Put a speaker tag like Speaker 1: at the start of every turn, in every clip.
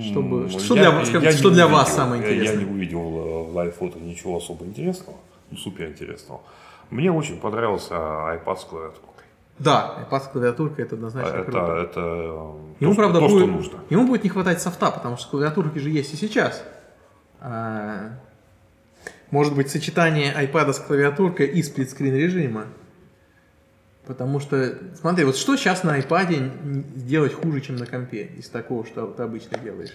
Speaker 1: Что бы-
Speaker 2: Ну,
Speaker 1: что
Speaker 2: я-
Speaker 1: для вас-
Speaker 2: я
Speaker 1: как-
Speaker 2: не
Speaker 1: что для вас
Speaker 2: увидел-
Speaker 1: самое
Speaker 2: я- Я
Speaker 1: интересное?
Speaker 2: не увидел э, в лайф-фото ничего особо интересного, ну, супер интересного. Мне очень понравился iPad с клавиатурой.
Speaker 1: Да, iPad с клавиатуркой это однозначно
Speaker 2: А, Это,
Speaker 1: круто.
Speaker 2: это э,
Speaker 1: Ему,
Speaker 2: то,
Speaker 1: правда,
Speaker 2: что, то,
Speaker 1: будет,
Speaker 2: что нужно.
Speaker 1: ему будет не хватать софта, потому что клавиатурки же есть и сейчас. А, Может быть, сочетание iPad с клавиатуркой и сплитскрин режима. Потому что, смотри, вот что сейчас на iPad сделать хуже, чем на компе, из такого, что ты обычно делаешь.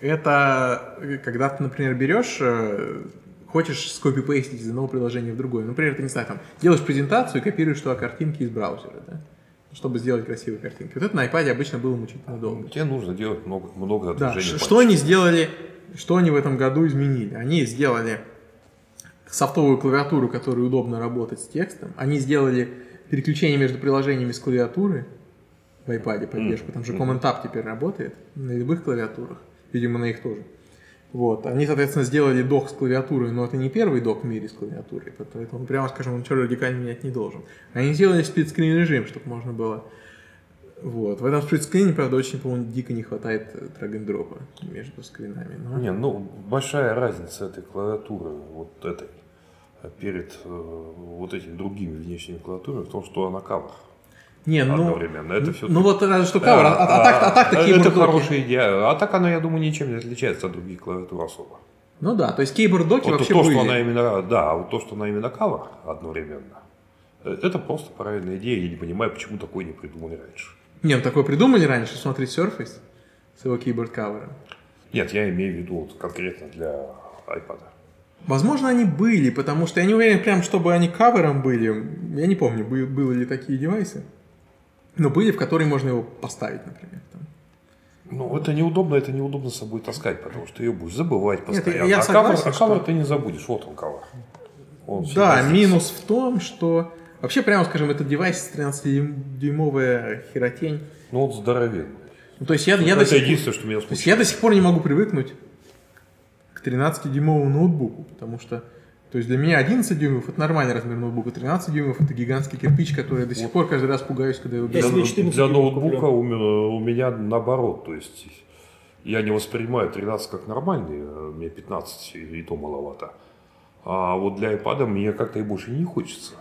Speaker 1: Это э, когда ты, например, берешь, э, хочешь скопипейстить из одного приложения в другое. Например, ты, не знаю, там, делаешь презентацию и копируешь туда картинки из браузера, да? чтобы сделать красивые картинки. Вот это на iPad обычно было мучительно долго.
Speaker 2: Тебе нужно делать много, много
Speaker 1: Да,
Speaker 2: движений
Speaker 1: ш-
Speaker 2: пальцев.
Speaker 1: что они сделали, что они в этом году изменили? Они сделали софтовую клавиатуру, которой удобно работать с текстом. Они сделали переключение между приложениями с клавиатуры в iPad поддержку. Там же Command Tab теперь работает на любых клавиатурах. Видимо, на их тоже. Вот. Они, соответственно, сделали док с клавиатурой, но это не первый док в мире с клавиатурой, поэтому, прямо скажем, он ничего радикально менять не должен. Они сделали сплитскрин режим, чтобы можно было вот. В этом сплитскрине, правда, очень, по-моему, дико не хватает драг-н-дропа между скринами. Но...
Speaker 2: Не, ну большая разница этой клавиатуры, вот этой, э, перед э, вот этими другими внешними клавиатурами в том, что она кавер.
Speaker 1: Не, ну...
Speaker 2: Одновременно. Это все.
Speaker 1: Ну вот разве что кавер, а, а, так, а так такие
Speaker 2: Это
Speaker 1: бурдоки.
Speaker 2: хорошая идея. А так она, я думаю, ничем не отличается от других клавиатур особо.
Speaker 1: Ну да, то есть
Speaker 2: Вот
Speaker 1: кейбордоки
Speaker 2: то,
Speaker 1: вообще
Speaker 2: что
Speaker 1: были.
Speaker 2: она именно, да, а вот то, что она именно кавер одновременно, э, это просто правильная идея. Я не понимаю, почему такое не придумали раньше.
Speaker 1: Не, ну такое придумали раньше, смотри, Surface с его кейборд-кавером.
Speaker 2: Нет, я имею в виду вот конкретно для iPad.
Speaker 1: Возможно, они были, потому что я не уверен, прям чтобы они кавером были. Я не помню, бы- были ли такие девайсы. Но были, в которые можно его поставить, например. там.
Speaker 2: Ну, это неудобно, это неудобно с собой таскать, потому что ее будешь забывать постоянно.
Speaker 1: я
Speaker 2: а
Speaker 1: согласен,
Speaker 2: кавер, а
Speaker 1: что-
Speaker 2: кавер ты не забудешь, вот он кавер. Он всегда
Speaker 1: Да,
Speaker 2: здесь.
Speaker 1: минус в том, что... Вообще, прямо скажем, этот девайс 13-дюймовая херотень.
Speaker 2: Ну, он здоровенный.
Speaker 1: Ну, то есть я, я
Speaker 2: это
Speaker 1: до сих пор-
Speaker 2: единственное, что меня
Speaker 1: То есть
Speaker 2: смущает.
Speaker 1: я до сих пор не могу привыкнуть к 13-дюймовому ноутбуку, потому что то есть для меня 11 дюймов это нормальный размер ноутбука, 13 дюймов это гигантский кирпич, который я до сих пор каждый раз пугаюсь, когда его
Speaker 2: Для,
Speaker 1: беру.
Speaker 3: Я себе 14
Speaker 2: для
Speaker 3: дюймов
Speaker 2: ноутбука
Speaker 3: куплю.
Speaker 2: у меня, у меня наоборот, то есть я не воспринимаю 13 как нормальный, э, мне 15 и и то маловато. А вот для iPad мне как-то и больше не хочется.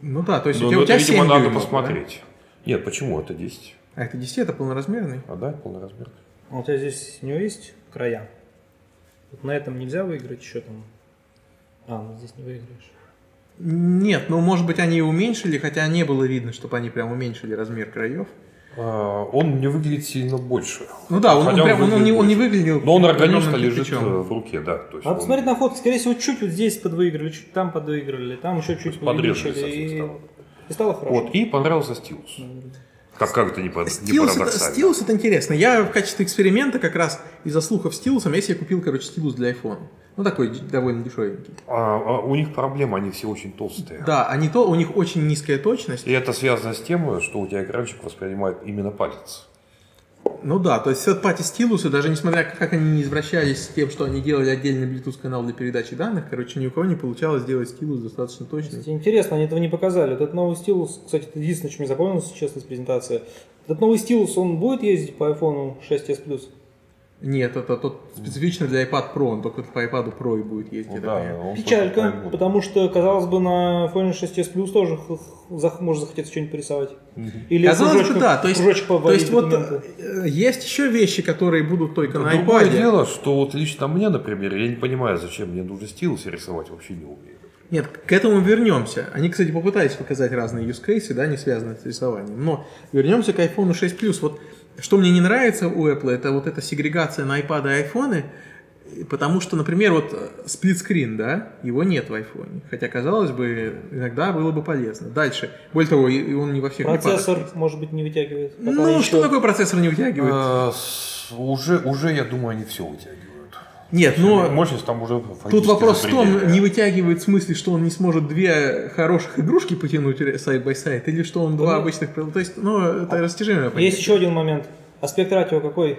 Speaker 1: Ну да, то есть
Speaker 2: Но-
Speaker 1: у тебя,
Speaker 2: но
Speaker 1: у тебя
Speaker 2: это,
Speaker 1: 7
Speaker 2: видимо, надо
Speaker 1: дюймов,
Speaker 2: посмотреть. Нет, почему? Это 10.
Speaker 1: да? А это 10, это полноразмерный?
Speaker 2: А да, полноразмерный.
Speaker 3: А у тебя здесь у него есть края. Вот на этом нельзя выиграть, что там? А, ну здесь не выиграешь.
Speaker 1: Нет, ну может быть они и уменьшили, хотя не было видно, чтобы они прям уменьшили размер краев.
Speaker 2: А, Он не выглядит сильно больше.
Speaker 1: Ну да, он, он
Speaker 2: Хотя
Speaker 1: прям он, он не, он не
Speaker 2: выглядит больше.
Speaker 1: выглядел.
Speaker 2: Но он органично
Speaker 1: огромным
Speaker 2: лежит
Speaker 1: кирпичом.
Speaker 2: э, в руке, да. То есть
Speaker 3: А
Speaker 2: он
Speaker 3: вот смотри на фото, скорее всего, чуть вот здесь подвыиграли, чуть там подвыиграли, там еще чуть
Speaker 2: подрезали
Speaker 3: увеличили,
Speaker 2: со всех
Speaker 3: и...
Speaker 2: сторон.
Speaker 3: и стало хорошо.
Speaker 2: Вот, и понравился стилус. Как, как это не, пар- не
Speaker 1: Стилус это,
Speaker 2: парадоксально.
Speaker 1: стилус это интересно. Я в качестве эксперимента как раз из-за слухов стилусом, я себе купил, короче, стилус для iPhone. Ну, такой д- довольно дешевенький.
Speaker 2: А, а у них проблема, они все очень толстые.
Speaker 1: Да, они то, у них очень низкая точность.
Speaker 2: И это связано с тем, что у тебя экранчик воспринимает именно палец.
Speaker 1: Ну да, то есть пати стилусы, даже несмотря как, как они не извращались с тем, что они делали отдельный Bluetooth канал для передачи данных, короче, ни у кого не получалось сделать стилус достаточно точным.
Speaker 3: Кстати, Интересно, они этого не показали. Вот Этот новый стилус, кстати, это единственное, что мне запомнилось, честно, из презентации. Этот новый стилус, он будет ездить по iPhone 6s Plus?
Speaker 1: Нет, это тот специфично для iPad Pro, он только по iPad Pro и будет ездить. я так
Speaker 2: Ну Да,
Speaker 1: понимаю.
Speaker 2: он только
Speaker 3: Печалька,
Speaker 2: поймут.
Speaker 3: потому что, казалось бы, на iPhone 6s Plus тоже х- х- зах- можно захотеться что-нибудь порисовать. Или
Speaker 1: Казалось бы,
Speaker 3: кружочком-
Speaker 1: да, то есть,
Speaker 3: кружочек
Speaker 1: то есть вот
Speaker 3: документы.
Speaker 1: э, есть еще вещи, которые будут только на
Speaker 2: Другое
Speaker 1: iPad.
Speaker 2: дело, что вот лично мне, например, я не понимаю, зачем мне нужно стилус и рисовать, вообще не умею.
Speaker 1: Нет, к этому вернемся. Они, кстати, попытались показать разные use cases, да, не связанные с рисованием. Но вернемся к iPhone 6 Plus. Вот что мне не нравится у Apple, это вот эта сегрегация на iPad и iPhone. И Потому что, например, вот э, сплитскрин, да, его нет в iPhone. Хотя, казалось бы, иногда было бы полезно. Дальше. Более того, и- и он не во всех
Speaker 3: Процессор,
Speaker 1: iPad'ах.
Speaker 3: может быть, не вытягивает. Пока
Speaker 1: Ну,
Speaker 3: еще-
Speaker 1: что такое процессор не вытягивает?
Speaker 2: А, с- уже, уже, я думаю, они все вытягивают.
Speaker 1: нет, но...
Speaker 2: Мощность там уже фактически
Speaker 1: Ну, Тут вопрос в том,
Speaker 2: запредельная.
Speaker 1: не вытягивает в смысле, что он не сможет две хороших игрушки потянуть сайт-бай-сайт, или что он два
Speaker 3: ну,
Speaker 2: а
Speaker 1: обычных... прил- То есть, ну, это растяжимое понятие.
Speaker 3: Есть еще один момент. А спектр радио какой?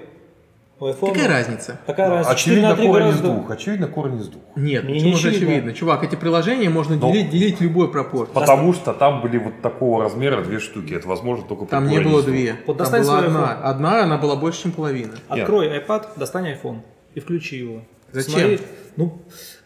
Speaker 3: У iPhone
Speaker 1: Какая разница?
Speaker 3: Такая разница. Четыре
Speaker 2: Ну, Очевидно,
Speaker 3: на три
Speaker 2: корень из
Speaker 3: гораздо-
Speaker 2: двух. Очевидно, корень из двух.
Speaker 1: Нет,
Speaker 3: Мне
Speaker 1: почему
Speaker 3: не
Speaker 1: же
Speaker 3: очевидно.
Speaker 1: очевидно? Чувак, эти приложения можно
Speaker 2: Но-
Speaker 1: делить, делить любой пропорции.
Speaker 2: Потому что там были вот такого размера две штуки. Это возможно только при
Speaker 1: Там не
Speaker 2: корне
Speaker 1: было
Speaker 2: из двух.
Speaker 1: две. Там
Speaker 3: Вот достань
Speaker 1: была
Speaker 3: свой
Speaker 1: одна.
Speaker 3: iPhone.
Speaker 1: Одна, она была больше, чем половина.
Speaker 2: Нет.
Speaker 3: Открой iPad, достань iPhone и включи его.
Speaker 1: Зачем?
Speaker 3: Ну,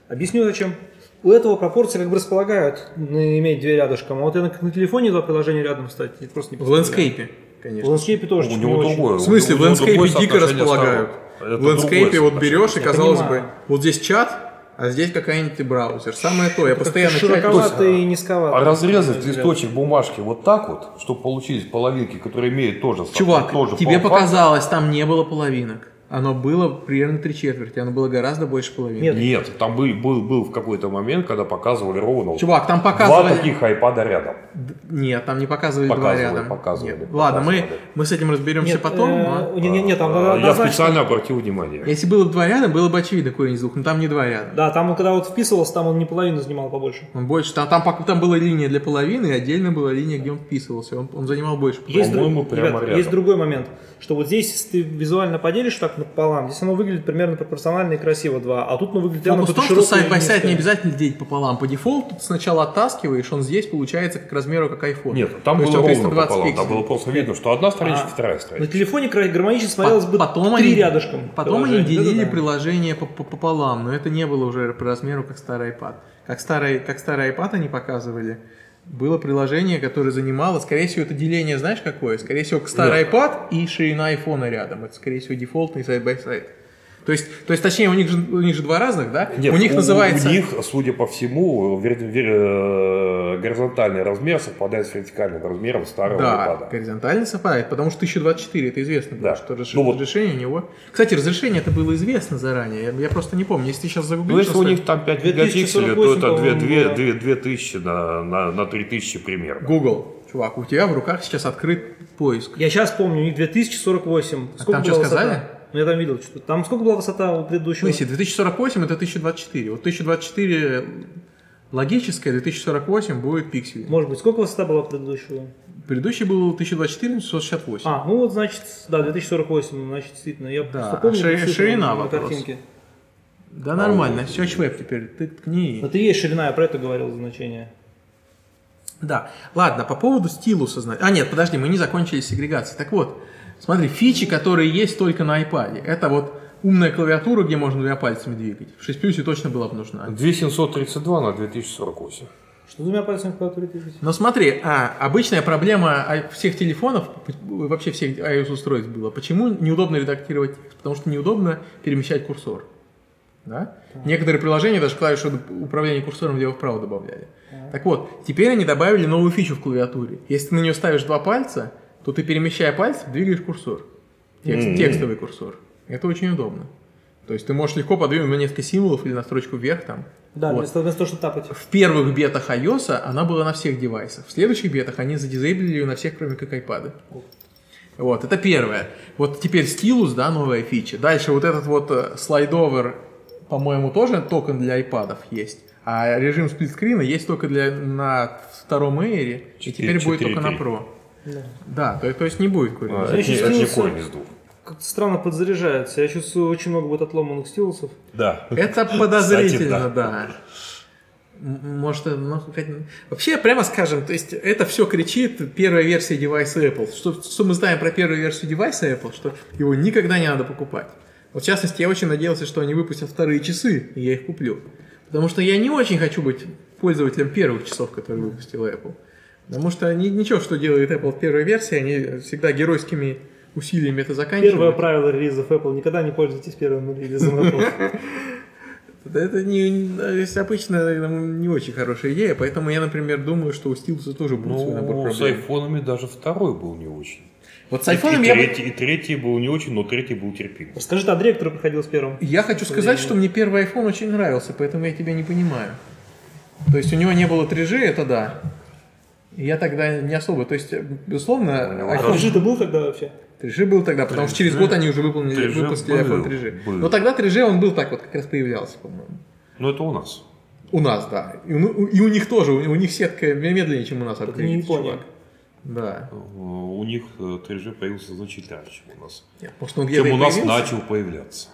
Speaker 3: объясню зачем. У этого пропорции как бы располагают на- иметь две рядышком. А вот я на, на телефоне два приложения рядом встать я просто не
Speaker 1: В
Speaker 3: представляю.
Speaker 1: лэндскейпе,
Speaker 3: В
Speaker 1: конечно.
Speaker 3: лэндскейпе тоже.
Speaker 2: У
Speaker 3: чуть
Speaker 2: него
Speaker 3: не очень.
Speaker 2: другое.
Speaker 1: В
Speaker 2: Ну,
Speaker 1: смысле,
Speaker 2: у
Speaker 1: в
Speaker 2: него другое
Speaker 1: лэндскейпе дико
Speaker 2: соотношение
Speaker 1: располагают.
Speaker 2: сторон. Это
Speaker 1: В лэндскейпе
Speaker 2: другое
Speaker 1: вот берешь, и
Speaker 2: соотношение.
Speaker 1: казалось бы,
Speaker 3: понимаю.
Speaker 1: вот здесь чат, а здесь какая-нибудь ты браузер. Самое то, я постоянно чатик.
Speaker 3: Широковато и низковато.
Speaker 2: А разрезать
Speaker 3: на мой взгляд.
Speaker 2: листочек бумажки вот так вот, чтобы получились половинки, которые имеют тоже со-
Speaker 1: Чувак,
Speaker 2: тоже
Speaker 1: тебе
Speaker 2: форм-фактор.
Speaker 1: показалось, там не было половинок. Оно было примерно три четверти, оно было гораздо больше половины.
Speaker 3: Нет.
Speaker 2: Нет, там был, был, был в какой-то момент, когда показывали ровно вот
Speaker 1: Чувак, там
Speaker 2: два
Speaker 1: показывали...
Speaker 2: таких айпада рядом.
Speaker 1: Д- Нет, там не показывали два
Speaker 2: Показывали,
Speaker 1: рядом.
Speaker 2: показывали,
Speaker 1: Нет. Ладно, мы,
Speaker 2: показывали.
Speaker 1: мы с этим разберемся
Speaker 3: Нет,
Speaker 1: потом.
Speaker 3: э,
Speaker 1: но-
Speaker 3: не- не- нет, там
Speaker 2: А, Я
Speaker 3: однозначно-
Speaker 2: специально обратил внимание.
Speaker 1: Если было бы два рядом, было бы очевидно корень из двух, но там не два рядом.
Speaker 3: Да, там он когда вот вписывался, там он не половину занимал побольше.
Speaker 1: Он больше, там, там, пок- там была линия для половины, и отдельно была линия, где он вписывался. Он, он занимал больше.
Speaker 3: Есть,
Speaker 2: По-моему,
Speaker 3: друг-
Speaker 2: прямо
Speaker 3: ребят,
Speaker 2: рядом.
Speaker 3: есть другой момент, что вот здесь если ты визуально поделишь так пополам, здесь оно выглядит примерно пропорционально и красиво два, а тут оно выглядит
Speaker 1: Фокус в
Speaker 3: как
Speaker 1: том, что
Speaker 3: широкое
Speaker 1: сайт by сайт
Speaker 3: линейное.
Speaker 1: не обязательно делить пополам. По дефолту ты сначала оттаскиваешь, он здесь получается как размеру, как iPhone.
Speaker 2: Нет, там
Speaker 1: То есть
Speaker 2: было
Speaker 1: он
Speaker 2: ровно
Speaker 1: 320
Speaker 2: пополам. Там
Speaker 1: пикселей.
Speaker 2: было просто видно, что одна страничка,
Speaker 3: А.
Speaker 2: вторая
Speaker 3: На
Speaker 2: страничка.
Speaker 3: телефоне кра- гармонично смотрелось бы
Speaker 1: Потом
Speaker 3: три
Speaker 1: они-
Speaker 3: рядышком.
Speaker 1: Потом они
Speaker 3: приложения.
Speaker 1: делили
Speaker 3: Да-да-да.
Speaker 1: приложение по- по- пополам, но это не было уже по размеру, как старый iPad. Как старый, как старый iPad они показывали, было приложение, которое занимало, скорее всего, это деление, знаешь, какое? Скорее всего, как старый iPad и ширина айфона рядом. Это, скорее всего, дефолтный сайт-бай-сайт. То есть, то есть, точнее, у них же, у них же два разных, да?
Speaker 2: Нет,
Speaker 1: у них называется...
Speaker 2: У них, судя по всему, вер- вер- э, горизонтальный размер совпадает с вертикальным размером старого
Speaker 1: Да,
Speaker 2: iPad.
Speaker 1: горизонтально совпадает, потому что 1024 это известно, было,
Speaker 2: Да.
Speaker 1: что разреш-
Speaker 2: Ну вот.
Speaker 1: разрешение у него. Кстати, разрешение это было известно заранее. Я, я просто не помню. Если ты сейчас загуглишь,
Speaker 2: Ну, если у
Speaker 1: оставь-
Speaker 2: них там 5 мегапикселей, то
Speaker 3: 2048,
Speaker 2: это
Speaker 3: по-моему,
Speaker 2: 2,
Speaker 3: было.
Speaker 2: 2000 на, на, на 3000 примерно.
Speaker 1: Google, чувак, у тебя в руках сейчас открыт поиск.
Speaker 3: Я сейчас помню, у них 2048.
Speaker 1: А там что
Speaker 3: была высота?
Speaker 1: сказали?
Speaker 3: Ну, я там видел, что там сколько была высота у
Speaker 1: В
Speaker 3: предыдущего?
Speaker 1: смысле, 2048 это 1024. Вот 1024 логическое, 2048 будет пиксель.
Speaker 3: Может быть, сколько высота была у предыдущего?
Speaker 1: Предыдущий был 1024 668.
Speaker 3: А, ну вот, значит, да, 2048, ну, значит, действительно, я просто
Speaker 1: а
Speaker 3: помню
Speaker 1: шири-
Speaker 3: цифры
Speaker 1: ширина
Speaker 3: на
Speaker 1: вопрос.
Speaker 3: картинке.
Speaker 1: Да нормально, все чвеп теперь, ты ткни.
Speaker 3: Но ты есть ширина, я про это говорил значение.
Speaker 1: Да, ладно, по поводу стилуса, зна- А нет, подожди, мы не закончили с сегрегацией. Так вот, смотри, фичи, которые есть только на iPad, это вот умная клавиатура, где можно двумя пальцами двигать. В 6 плюсе точно была бы нужна.
Speaker 2: 2732 на 2048.
Speaker 3: Что двумя пальцами в клавиатуре двигать?
Speaker 1: Но смотри, а, обычная проблема а, всех телефонов, п- вообще всех iOS-устройств было, почему неудобно редактировать текст? Потому что неудобно перемещать курсор. Да? Некоторые приложения даже клавишу д- управления курсором влево-вправо добавляли. Так вот, теперь они добавили новую фичу в клавиатуре. Если ты на нее ставишь два пальца, то ты, перемещая пальцы, двигаешь курсор. Текст-
Speaker 2: Мгм.
Speaker 1: Текстовый курсор. Это очень удобно. То есть ты можешь легко подвинуть на несколько символов или на строчку вверх там.
Speaker 3: Да,
Speaker 1: Вот
Speaker 3: вместо, вместо того, чтобы тапать.
Speaker 1: в первых бетах iOS она была на всех девайсах. В следующих бетах они задизейблили ее на всех, кроме как iPad. Вот, это первое. Вот теперь стилус, да, новая фича. Дальше вот этот вот э, слайдовер, по-моему, тоже токен для iPad есть. А режим сплитскрина есть только для, на втором Air, и
Speaker 2: Четыре-
Speaker 1: теперь будет
Speaker 2: четыре
Speaker 1: только на
Speaker 2: три.
Speaker 1: Pro.
Speaker 3: Да.
Speaker 1: Да, то, то есть не будет
Speaker 2: А,
Speaker 1: курить.
Speaker 2: Это не-
Speaker 3: Значит,
Speaker 2: это не
Speaker 3: стилусы.
Speaker 2: корень из двух.
Speaker 3: Как-то странно подзаряжается. Я чувствую, очень много будет отломанных стилусов.
Speaker 2: Да.
Speaker 1: Это
Speaker 2: да.
Speaker 1: подозрительно, да. М- Может, э, ну, хоть- вообще, прямо скажем, то есть это все кричит первая версия девайса Apple. Что, что мы знаем про первую версию девайса Apple, что его никогда не надо покупать. Вот, в частности, я очень надеялся, что они выпустят вторые часы, и я их куплю. Потому что я не очень хочу быть пользователем первых часов, которые выпустила Apple. Потому что они, ничего, что делает Apple в первой версии, они всегда геройскими усилиями это заканчивают.
Speaker 3: Первое правило релизов Apple. Никогда не пользуйтесь первым релизом Apple.
Speaker 1: Да Это не, а, то есть обычно м, не очень хорошая идея, поэтому я, например, думаю, что у Стилуса тоже будет свой набор
Speaker 2: Ну, с
Speaker 1: проблем.
Speaker 2: айфонами даже второй был не очень.
Speaker 1: Вот с
Speaker 2: И-
Speaker 1: айфоном
Speaker 2: и,
Speaker 1: я... бы-
Speaker 2: третий, и третий был не очень, но третий был терпим.
Speaker 3: Расскажи ты Андрей, который проходил а с первым.
Speaker 1: Я хочу сказать, что мне первый iPhone очень нравился, поэтому я тебя не понимаю. То есть у него не было 3G, это да. Я тогда не особо, то есть, безусловно,
Speaker 2: него
Speaker 3: А
Speaker 1: iPhone
Speaker 3: ты же ты был тогда вообще?
Speaker 1: 3G был тогда, потому что через
Speaker 2: 3G
Speaker 1: год они уже выполнили,
Speaker 2: 3G
Speaker 1: выпустили iPhone
Speaker 2: был,
Speaker 1: 3G.
Speaker 2: был.
Speaker 1: Но тогда 3G он был так вот, как раз появлялся, по-моему.
Speaker 2: Но это у нас.
Speaker 1: У нас, да. И, у- и у них тоже, у, у них сетка медленнее, чем у нас.
Speaker 3: Только не
Speaker 1: обновится,
Speaker 3: Япония.
Speaker 1: чувак. Да.
Speaker 2: Э, У них э, 3G появился значительно раньше, чем у нас.
Speaker 1: Нет, может, он
Speaker 2: Чем
Speaker 1: где-то и
Speaker 2: у нас
Speaker 1: появился?
Speaker 2: начал появляться.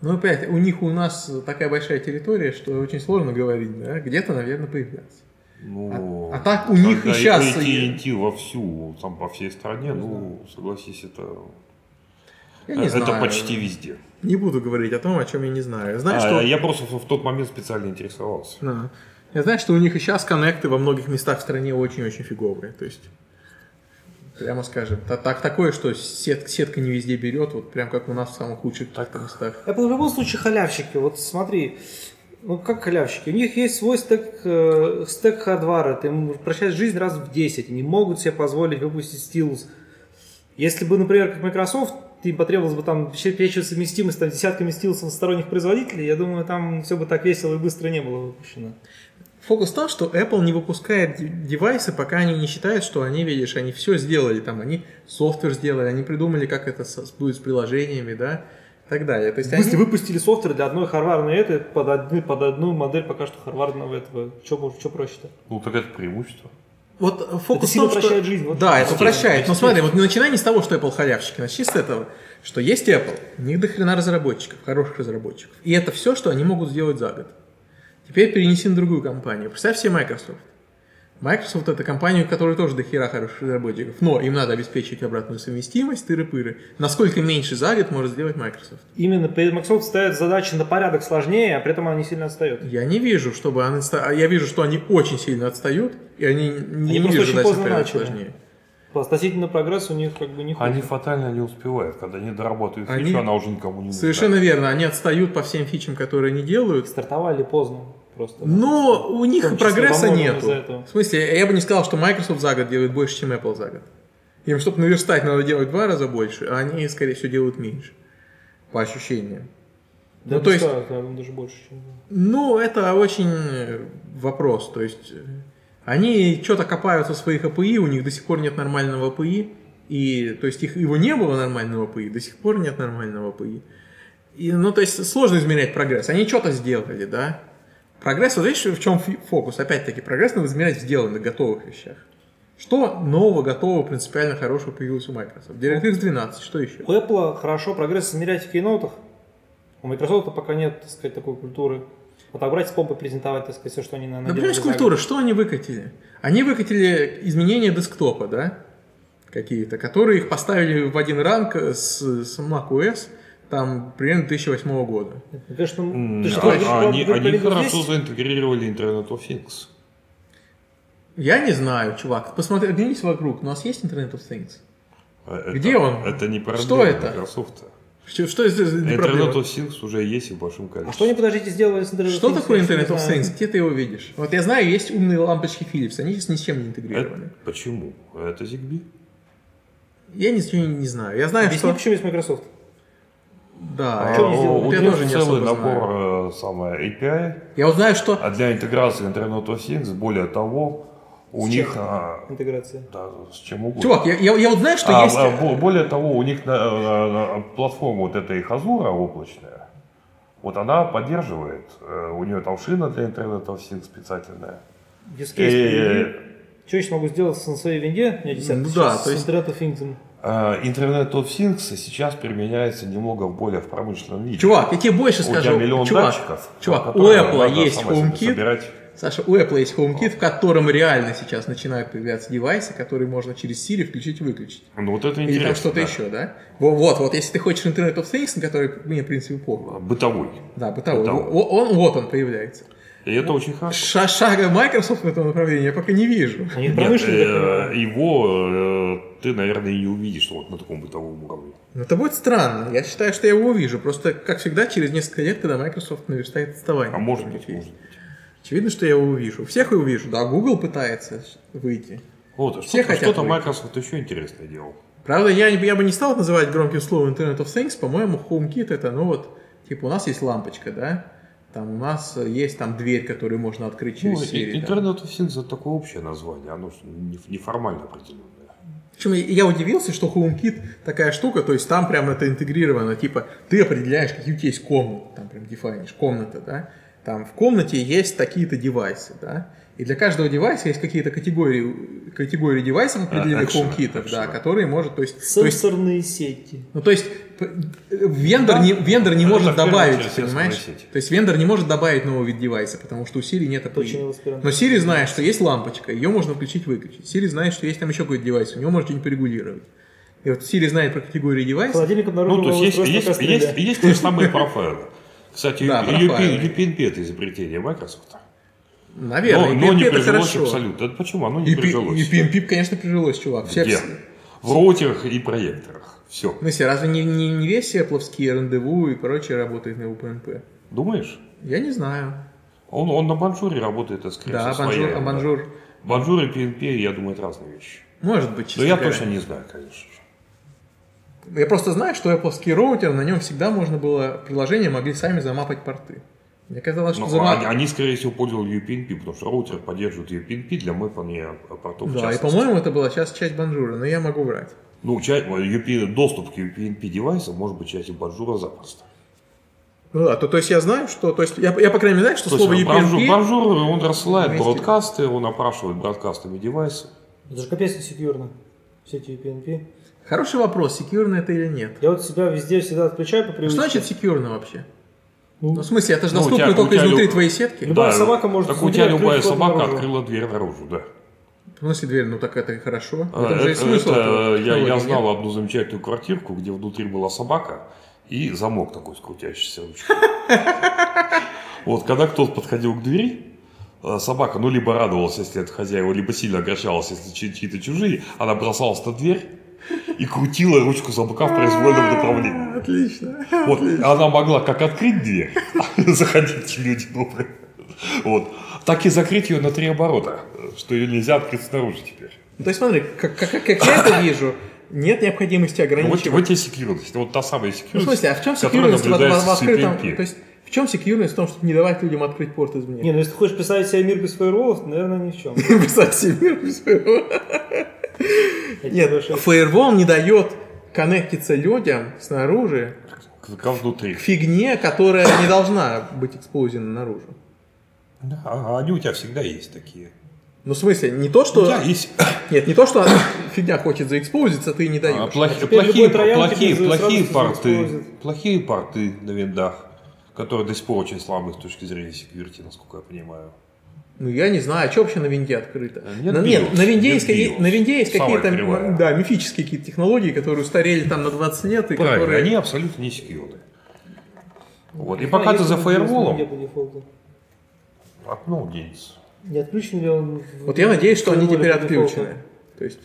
Speaker 1: Ну, опять, у них у нас такая большая территория, что очень сложно говорить, да, где-то, наверное, появляться.
Speaker 2: Ну,
Speaker 1: А- а так у них и
Speaker 2: когда
Speaker 1: щас
Speaker 2: AT&T вовсю, там по всей стране, ну, согласись, это,
Speaker 1: Я не
Speaker 2: это
Speaker 1: знаю.
Speaker 2: почти везде.
Speaker 1: Не буду говорить о том, о чем я не знаю. Я знаю,
Speaker 2: А,
Speaker 1: что...
Speaker 2: Я просто в в тот момент специально интересовался.
Speaker 1: Да. Я знаю, что у них и сейчас коннекты во многих местах в стране очень-очень фиговые. То есть, прямо скажем, та- так, такое, что сет- сетка не везде берет, вот прям как у нас в самых худших местах.
Speaker 3: Это в любом случае халявщики. Вот смотри, ну как халявщики? У них есть свой стек, э, стек хардвара. Ты им прощаешь жизнь раз в 10. Они могут себе позволить выпустить стилус. Если бы, например, как Microsoft, им потребовалось бы там перечивать совместимость там, с десятками стилусов сторонних производителей, я думаю, там все бы так весело и быстро не было выпущено.
Speaker 1: Фокус в том, что Apple не выпускает де- девайсы, пока они не считают, что они, видишь, они все сделали, там, они софтвер сделали, они придумали, как это со- будет с приложениями, да, и так далее. То есть,
Speaker 3: В смысле,
Speaker 1: они...
Speaker 3: выпустили софтвер для одной харварной этой, под, одни- под одну модель пока что харварного этого. Че, проще-то?
Speaker 2: Ну, так это преимущество.
Speaker 1: вот э, фокус
Speaker 3: сильно
Speaker 1: в том,
Speaker 3: упрощает
Speaker 1: что...
Speaker 3: жизнь, вот
Speaker 1: да, это
Speaker 3: действительно,
Speaker 1: упрощает. Но
Speaker 3: действительно.
Speaker 1: смотри, вот не начинай не с того, что Apple халявщики, начни с этого, что есть Apple, у них до хрена разработчиков, хороших разработчиков. И это все, что они могут сделать за год. Теперь перенеси на другую компанию. Представь себе Microsoft. Microsoft это компания, у которой тоже до хера хороших разработчиков, но им надо обеспечить обратную совместимость, тыры-пыры. Насколько меньше за год может сделать Microsoft?
Speaker 3: Именно перед Microsoft ставят задачи на порядок сложнее, а при этом они сильно отстают.
Speaker 1: Я не вижу, чтобы они... ста- а Я вижу, что они очень сильно отстают, и они не
Speaker 3: Они
Speaker 1: вижу
Speaker 3: просто очень
Speaker 1: дальше
Speaker 3: поздно
Speaker 1: порядок
Speaker 3: начали.
Speaker 1: сложнее.
Speaker 3: По Относительно прогресс у них как бы не хуже.
Speaker 2: Они фатально не успевают. Когда не дорабатывают
Speaker 1: Они-
Speaker 2: фичу, она уже никому не
Speaker 3: Ну,
Speaker 2: нужна.
Speaker 1: Совершенно верно, они отстают по всем фичам, которые они делают,
Speaker 3: Стартовали поздно просто.
Speaker 1: но у них
Speaker 3: том
Speaker 1: и
Speaker 3: числе
Speaker 1: прогресса
Speaker 3: во многом
Speaker 1: нету.
Speaker 3: из-за этого.
Speaker 1: В смысле, я бы не сказал, что Microsoft за год делает больше, чем Apple за год. Им, чтобы наверстать, надо делать в два раза больше, а они, скорее всего, делают меньше. По ощущениям.
Speaker 3: Да,
Speaker 1: ну, то есть-
Speaker 3: представь, наверное, даже больше, чем...
Speaker 1: Ну, это очень э, вопрос. То есть э, они что-то копаются в своих API, у них до сих пор нет нормального API. И, то есть их, его не было нормального API, до сих пор нет нормального API. И, ну, то есть сложно измерять прогресс. Они что-то сделали, да? Прогресс, вот видишь, в чем фи- фокус? Опять-таки, прогресс надо измерять в сделанных, готовых вещах. Что нового, готового, принципиально хорошего появилось у Microsoft? DirectX 12, что еще?
Speaker 3: У Apple хорошо прогресс измерять в кейноутах. У Microsoft пока нет, так сказать, такой культуры. Отобрать с помпы, презентовать, так сказать, все, что они на
Speaker 1: Да
Speaker 3: наделали
Speaker 1: Ну, понимаешь,
Speaker 3: за год.
Speaker 1: культура, что они выкатили? Они выкатили изменения десктопа, да? Какие-то, которые их поставили в один ранг с, с macOS, там, примерно 2008 года.
Speaker 3: Ну, Конечно,
Speaker 2: М,
Speaker 3: ты что,
Speaker 2: а-
Speaker 3: говоришь, про-
Speaker 2: они,
Speaker 3: про
Speaker 2: они
Speaker 3: Windows
Speaker 2: хорошо
Speaker 3: 10?
Speaker 2: заинтегрировали Internet of Things.
Speaker 1: Я не знаю, чувак, посмотри, оглянись вокруг, у нас есть Internet of Things?
Speaker 2: А это-
Speaker 1: Где он?
Speaker 2: Это не проблема
Speaker 1: Что это?
Speaker 2: Microsoft.
Speaker 1: Что, что это за за
Speaker 2: Internet
Speaker 1: проблема?
Speaker 2: of Things уже есть и в большом количестве.
Speaker 3: А что они, подождите, сделали с Internet of
Speaker 1: Что
Speaker 3: Things?
Speaker 1: такое
Speaker 3: Я еще не
Speaker 1: Internet of
Speaker 3: знаю.
Speaker 1: Things? Где ты его видишь? Вот я знаю, есть умные лампочки Philips, они сейчас ни с чем не интегрированы.
Speaker 2: Это- почему? Это ZigBee.
Speaker 1: Я ничего не знаю. Я знаю,
Speaker 3: Объясни,
Speaker 1: что...
Speaker 3: почему есть Microsoft.
Speaker 1: Да,
Speaker 3: А что они
Speaker 1: я-
Speaker 3: сделали?
Speaker 2: у
Speaker 1: я
Speaker 2: них
Speaker 1: тоже не
Speaker 2: целый
Speaker 1: особо
Speaker 2: набор
Speaker 1: знаю.
Speaker 2: э, самое API,
Speaker 1: Я узнаю, что...
Speaker 2: а для интеграции Internet of Things, более того, у
Speaker 3: С чем?
Speaker 2: них а,
Speaker 3: Интеграция.
Speaker 2: да, с чем угодно.
Speaker 1: Чувак, я, я, я вот знаю, что
Speaker 2: А,
Speaker 1: есть...
Speaker 2: а, бо- более того, у них на- на- на- платформа вот эта их Азура облачная, вот она поддерживает, э, у нее там шина для интернета всех специальная.
Speaker 3: Use case привели.
Speaker 2: И,
Speaker 3: Что еще могу сделать с своей винде? У меня 10
Speaker 1: Ну
Speaker 3: тысяч
Speaker 1: да,
Speaker 3: с
Speaker 1: то есть-
Speaker 3: Internet of Things.
Speaker 2: э, Internet of Things сейчас применяется немного в более в промышленном виде.
Speaker 1: Чувак, я тебе больше
Speaker 2: у тебя
Speaker 1: скажу.
Speaker 2: миллион
Speaker 1: чувак,
Speaker 2: датчиков.
Speaker 1: чувак,
Speaker 2: на
Speaker 1: у
Speaker 2: которые
Speaker 1: Apple
Speaker 2: надо
Speaker 1: есть
Speaker 2: сама себе
Speaker 1: HomeKit.
Speaker 2: собирать.
Speaker 1: Саша, у Apple есть HomeKit, в котором реально сейчас начинают появляться девайсы, которые можно через Siri включить и выключить.
Speaker 2: Ну вот это
Speaker 1: Или
Speaker 2: интересно.
Speaker 1: там что-то
Speaker 2: да.
Speaker 1: еще, да? Во- Вот, вот, если ты хочешь Internet of Things, на который мне, в принципе, похуй.
Speaker 2: Бытовой.
Speaker 1: Да, бытовой.
Speaker 2: Бытовой.
Speaker 1: Во- Он, вот он появляется.
Speaker 2: И это очень хорошо.
Speaker 1: Ша- Шага Microsoft в этом направлении я пока не вижу.
Speaker 3: Они
Speaker 2: Нет,
Speaker 3: промышленные, так
Speaker 2: э,
Speaker 3: понимаю.
Speaker 2: его э, ты, наверное, и не увидишь вот на таком бытовом уровне.
Speaker 1: Но это будет странно. Я считаю, что я его увижу. Просто, как всегда, через несколько лет, когда Microsoft наверстает отставание.
Speaker 2: А может быть, может быть.
Speaker 1: Очевидно, что я его увижу. Всех я увижу. Да, Google пытается выйти.
Speaker 2: Вот, а
Speaker 1: Все
Speaker 2: что-то,
Speaker 1: хотят
Speaker 2: что-то
Speaker 1: выйти.
Speaker 2: Microsoft еще интересное делал.
Speaker 1: Правда, я, не- я бы не стал это называть громким словом Internet of Things. По-моему, HomeKit это, ну вот, типа у нас есть лампочка, да? Там у нас э, есть там дверь, которую можно открыть через
Speaker 2: Ну, и-
Speaker 1: Siri. там.
Speaker 2: Internet of Things это такое общее название, оно ж не- неформально определенное.
Speaker 1: Причем я- я удивился, что HomeKit такая штука, то есть там прям это интегрировано, типа ты определяешь, какие у тебя есть комнаты, там прям дефайнишь, комната, да, там в комнате есть такие-то девайсы, да, И для каждого девайса есть какие-то категории, категории девайсов определенных
Speaker 2: action,
Speaker 1: HomeKit, да,
Speaker 2: action.
Speaker 1: которые может, то есть, то есть,
Speaker 3: Сенсорные сети.
Speaker 1: ну, то есть п- вендор не, вендор не
Speaker 2: Это
Speaker 1: может
Speaker 2: в первую
Speaker 1: добавить,
Speaker 2: очередь я
Speaker 1: понимаешь?
Speaker 2: согласен.
Speaker 1: То есть вендор не может добавить новый вид девайса, потому что у Siri нет
Speaker 3: Точно
Speaker 1: API.
Speaker 3: воспринимаю.
Speaker 1: Но Siri знает, что есть лампочка, ее можно включить-выключить. Siri знает, что есть там еще какой-то девайс, у него можно что-нибудь регулировать. И вот Siri знает про категории девайсов.
Speaker 3: Холодильник обнаружил
Speaker 2: Ну, то есть
Speaker 3: устройство
Speaker 2: есть, есть,
Speaker 3: кастрюля.
Speaker 2: есть, есть те же самые профайлы. Кстати,
Speaker 1: Да,
Speaker 2: UP-
Speaker 1: профайлы.
Speaker 2: UPnP это изобретение Microsoft. Но,
Speaker 1: Наверное,
Speaker 2: но не
Speaker 1: UPnP это
Speaker 2: прижилось
Speaker 1: хорошо.
Speaker 2: абсолютно. Это почему? Оно не прижилось.
Speaker 1: UPnP, конечно, прижилось, чувак. Все-
Speaker 2: Где? В роутерах и проекторах. Все.
Speaker 1: Ну, если разве не, не, не весь Эпловский рандеву и прочее работает на UPnP?
Speaker 2: Думаешь?
Speaker 1: Я не знаю.
Speaker 2: Он, он на банжуре работает, это скорее
Speaker 1: да,
Speaker 2: всего,
Speaker 1: банжур,
Speaker 2: своя,
Speaker 1: а
Speaker 2: да.
Speaker 1: банжур.
Speaker 2: Банжур и PNP, я думаю, это разные вещи.
Speaker 1: Может быть, честно
Speaker 2: Но я
Speaker 1: говоря.
Speaker 2: точно не знаю, конечно же.
Speaker 1: Я просто знаю, что Эпловский роутер, на нем всегда можно было, приложения могли сами замапать порты. Мне казалось, что
Speaker 2: Ну,
Speaker 1: зама-
Speaker 2: они, они, скорее всего, пользовались UPnP, потому что роутер поддерживает UPnP для мэпания портов в
Speaker 1: Да, и,
Speaker 2: частности.
Speaker 1: по-моему, это была сейчас часть банжура, но я могу врать.
Speaker 2: Ну, ча- UP доступ к UPnP девайсам может быть частью банжура запросто.
Speaker 1: Ну да, то, то есть я знаю, что... То есть я, я по крайней мере, знаю, что
Speaker 2: То есть
Speaker 1: слово UPnP...
Speaker 2: а банжур, банжур, он рассылает
Speaker 1: вместе-
Speaker 2: бродкасты, он опрашивает бродкастами девайсы.
Speaker 3: Это же капец не секьюрно. Все эти UPnP.
Speaker 1: Хороший вопрос, секьюрно это или нет.
Speaker 3: Я вот себя везде всегда отключаю по
Speaker 1: Что
Speaker 3: привычке.
Speaker 1: значит секьюрно вообще?
Speaker 3: Ну,
Speaker 1: Ну, в смысле, это же
Speaker 2: Ну, у тебя-
Speaker 1: доступно
Speaker 2: у
Speaker 1: только
Speaker 2: тебя Ну,
Speaker 1: изнутри
Speaker 2: люб-
Speaker 1: твоей сетки?
Speaker 3: Любая собака может
Speaker 2: Так у
Speaker 3: изнутри
Speaker 2: тебя
Speaker 3: открыть
Speaker 2: любая
Speaker 3: вход
Speaker 2: собака
Speaker 3: наружу.
Speaker 2: открыла дверь наружу, да.
Speaker 1: В смысле, дверь, ну так это и хорошо. В
Speaker 2: А,
Speaker 1: этом же и
Speaker 2: это-
Speaker 1: смысл.
Speaker 2: это
Speaker 1: этого
Speaker 2: я,
Speaker 1: технологии,
Speaker 2: я
Speaker 1: нет?
Speaker 2: знал одну замечательную квартирку, где внутри была собака и замок такой с крутящейся ручкой. Вот, когда кто-то подходил к двери, э, собака, ну, либо радовалась, если это хозяева, либо сильно огорчалась, если чьи- чьи-то чужие, она бросалась на дверь и крутила ручку замка в произвольном направлении.
Speaker 1: А, Отлично.
Speaker 2: Вот, она могла как открыть дверь, заходить люди добрые, вот, так и закрыть ее на три оборота, э, что ее нельзя открыть снаружи теперь.
Speaker 1: Ну, то есть, смотри, как, как, как- как я это вижу, нет необходимости
Speaker 2: Ну, Вот,
Speaker 1: ограничивать.
Speaker 2: вот тебе секьюрность, вот та самая
Speaker 1: Ну, в
Speaker 2: секьюрность,
Speaker 1: смысле, а в чем
Speaker 2: которая
Speaker 1: секьюрность в, в-
Speaker 2: наблюдается
Speaker 1: в открытом...
Speaker 2: с CPNP.
Speaker 1: То есть, в чем секьюрность в том, чтобы не давать людям открыть порт извне?
Speaker 3: Не, ну если ты хочешь представить себе мир без фаерволов, наверное, ни в чем.
Speaker 1: Писать себе мир без firewall. Нет, фаервол не дает коннектиться людям снаружи
Speaker 2: К- к- внутри.
Speaker 1: к фигне, которая не должна быть эксплозена наружу.
Speaker 2: Да, а они у тебя всегда есть такие.
Speaker 1: Ну, в смысле, не то,
Speaker 2: У
Speaker 1: что...
Speaker 2: тебя есть
Speaker 1: Нет, не то, что фигня хочет заэкспозиться, ты не
Speaker 2: а,
Speaker 1: даешь.
Speaker 2: плохи-
Speaker 3: теперь
Speaker 2: плохие,
Speaker 3: любой троян
Speaker 2: плохие,
Speaker 3: тебе за-
Speaker 2: плохие
Speaker 3: сразу
Speaker 2: порты,
Speaker 3: используют.
Speaker 2: плохие порты на виндах, которые до сих пор очень слабые с точки зрения секьюрити, насколько я понимаю.
Speaker 1: Ну, я не знаю, а что вообще на винде открыто?
Speaker 2: А, Нет
Speaker 1: Ну,
Speaker 2: BIOS,
Speaker 1: на винде
Speaker 2: нет
Speaker 1: есть, какие-
Speaker 2: BIOS.
Speaker 1: на винде есть
Speaker 2: Самая
Speaker 1: какие-то
Speaker 2: кривая.
Speaker 1: м, да, мифические какие-то технологии, которые устарели там на 20 лет. И
Speaker 2: Правильно,
Speaker 1: которые...
Speaker 2: они абсолютно не секьюрны. Вот. И
Speaker 3: Ну, а
Speaker 2: пока ты за
Speaker 3: Не,
Speaker 2: фаерволом,
Speaker 3: по дефолту.
Speaker 2: окно денется.
Speaker 3: не отключен ли он? в-
Speaker 1: Вот я надеюсь, что
Speaker 3: в
Speaker 1: они
Speaker 3: фаерволе
Speaker 1: теперь
Speaker 3: по дефолту?
Speaker 1: отключены. То есть,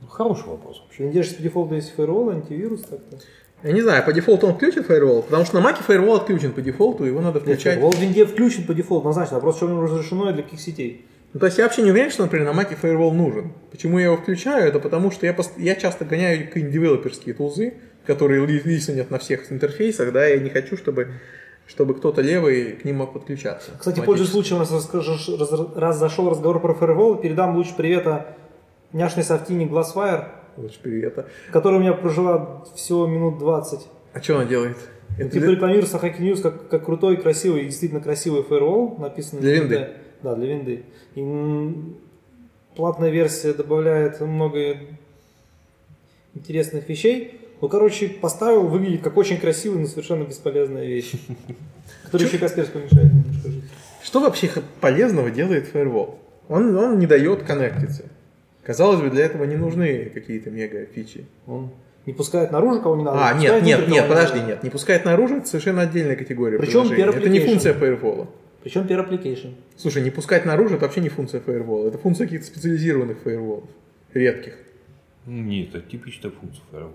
Speaker 2: Ну, Хороший вопрос вообще.
Speaker 3: Везде же по дефолту есть фаервол, антивирус как-то.
Speaker 1: я не знаю, по дефолту он включен firewall, потому что на маке firewall отключен по дефолту, его надо
Speaker 3: Нет,
Speaker 1: включать.
Speaker 3: фаервол в винде включен по дефолту, назначен. Вопрос, что он разрешено и для каких сетей.
Speaker 1: Ну, то есть я вообще не уверен, что, например, на маке firewall нужен. Почему я его включаю? Это потому, что я, пост- я часто гоняю какие-нибудь девелоперские тулзы, которые ли- лиснят на всех интерфейсах, да, и я не хочу, чтобы, чтобы кто-то левый к ним мог подключаться.
Speaker 3: Кстати,
Speaker 1: автоматически.
Speaker 3: пользуясь случаем, раз, расскажешь- раз- раз зашел разговор про фаервол, передам луч привета няшной софтине Glassfire,
Speaker 1: Лучше привета.
Speaker 3: которая у меня прожила всего минут 20.
Speaker 1: А что она делает?
Speaker 3: Ну,
Speaker 1: Это
Speaker 3: типа
Speaker 1: для-
Speaker 3: рекламируется Hacking News как, как крутой, красивый, и действительно красивый фаервол, написанный
Speaker 1: Для
Speaker 3: на
Speaker 1: винды.
Speaker 3: винде. Да, для винды. И, м, платная версия добавляет много интересных вещей. Ну, короче, поставил, выглядит как очень красивая, но совершенно бесполезная вещь. Которая еще Каспер помешает немножко жить.
Speaker 1: Что вообще х- полезного делает Firewall? Он, он не дает коннектиться. Казалось бы, для этого не нужны какие-то мега фичи.
Speaker 3: Он не пускает наружу, кого не надо.
Speaker 1: А, нет,
Speaker 3: не пускает
Speaker 1: нет,
Speaker 3: внутрь,
Speaker 1: нет,
Speaker 3: кого не
Speaker 1: подожди,
Speaker 3: надо.
Speaker 1: нет. Не пускает наружу, это совершенно отдельная категория
Speaker 3: Причем
Speaker 1: приложения. Это не
Speaker 3: per application.
Speaker 1: функция Firewall.
Speaker 3: Причем per application.
Speaker 1: Слушай, не пускать наружу это вообще не функция Firewall. Это функция каких-то специализированных фаерволов. Редких.
Speaker 2: Ну, Нет, это типичная функция фаервола.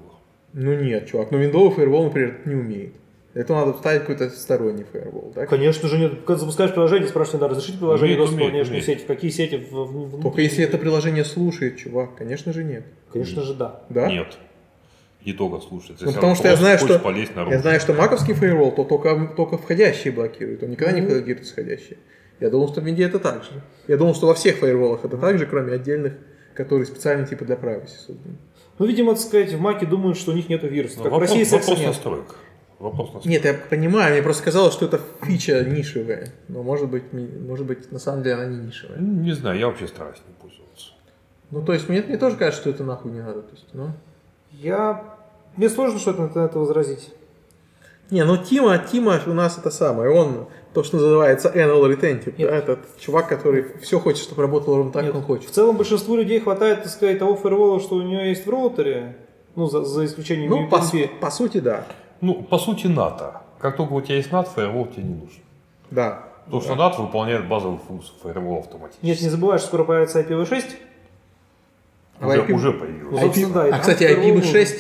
Speaker 1: Ну нет, чувак, но Windows Firewall, например, не умеет. Это надо вставить какой-то сторонний Firewall, да?
Speaker 3: Конечно же, нет. Когда запускаешь приложение, спрашивают, надо разрешить приложение
Speaker 2: Умеет,
Speaker 3: доступ
Speaker 2: умеет,
Speaker 3: внешнюю
Speaker 2: умеет.
Speaker 3: сеть. В какие сети? В- в- внутренние?
Speaker 1: Только если это приложение слушает, чувак, конечно же нет.
Speaker 3: Конечно же, да.
Speaker 1: Да?
Speaker 2: Нет. Не только слушается.
Speaker 1: Ну,
Speaker 2: Если
Speaker 1: потому
Speaker 2: она
Speaker 1: что я
Speaker 2: просто
Speaker 1: знаю,
Speaker 2: хочет
Speaker 1: что-
Speaker 2: полезть наружу.
Speaker 1: Я знаю, что маковский фаервол, то только, только входящие блокирует. Он
Speaker 3: Ну.
Speaker 1: никогда не блокирует исходящие. Я думал, что в Винде это так же. Я думал, что во всех фаерволах это так же, кроме отдельных, которые специально типа для privacy созданы.
Speaker 3: Ну, видимо, так сказать, в Маке думают, что у них нету вирусов.
Speaker 2: Ну,
Speaker 3: Как в
Speaker 2: вопрос,
Speaker 3: России секса
Speaker 2: вопрос
Speaker 3: нет.
Speaker 2: настроек. Вопрос на
Speaker 1: Нет, я понимаю, мне просто казалось, что это фича нишевая. Но может быть, ми- может быть, на самом деле она не нишевая.
Speaker 2: Не знаю, я вообще стараюсь не пользоваться.
Speaker 1: Ну, то есть, мне, мне тоже кажется, что это нахуй не надо. То есть, ну.
Speaker 3: Я... Мне сложно что-то на это возразить.
Speaker 1: Не, ну Тима, Тима у нас это самое. Он то, что называется NL Retentive.
Speaker 3: Нет.
Speaker 1: да, этот чувак, который все хочет, чтобы работало ровно так,
Speaker 3: Нет,
Speaker 1: как он
Speaker 3: В
Speaker 1: хочет.
Speaker 3: целом большинству людей хватает, так сказать, того фаервола, что у него есть в роутере. Ну, за, за исключением
Speaker 1: Ну, по,
Speaker 3: UPC.
Speaker 1: по сути, да.
Speaker 2: Ну, по сути, НАТО. Как только у тебя есть NAT, фаервол тебе не нужен.
Speaker 1: Да.
Speaker 2: Потому что NAT выполняет базовую функцию фаервола автоматически.
Speaker 3: Нет, не забывай, что скоро появится IPv6.
Speaker 2: Уже,
Speaker 1: IP
Speaker 2: уже появилось.
Speaker 3: Ну, собственно, да, и
Speaker 1: а,
Speaker 3: там
Speaker 1: кстати,
Speaker 3: фаервол
Speaker 1: IPv6,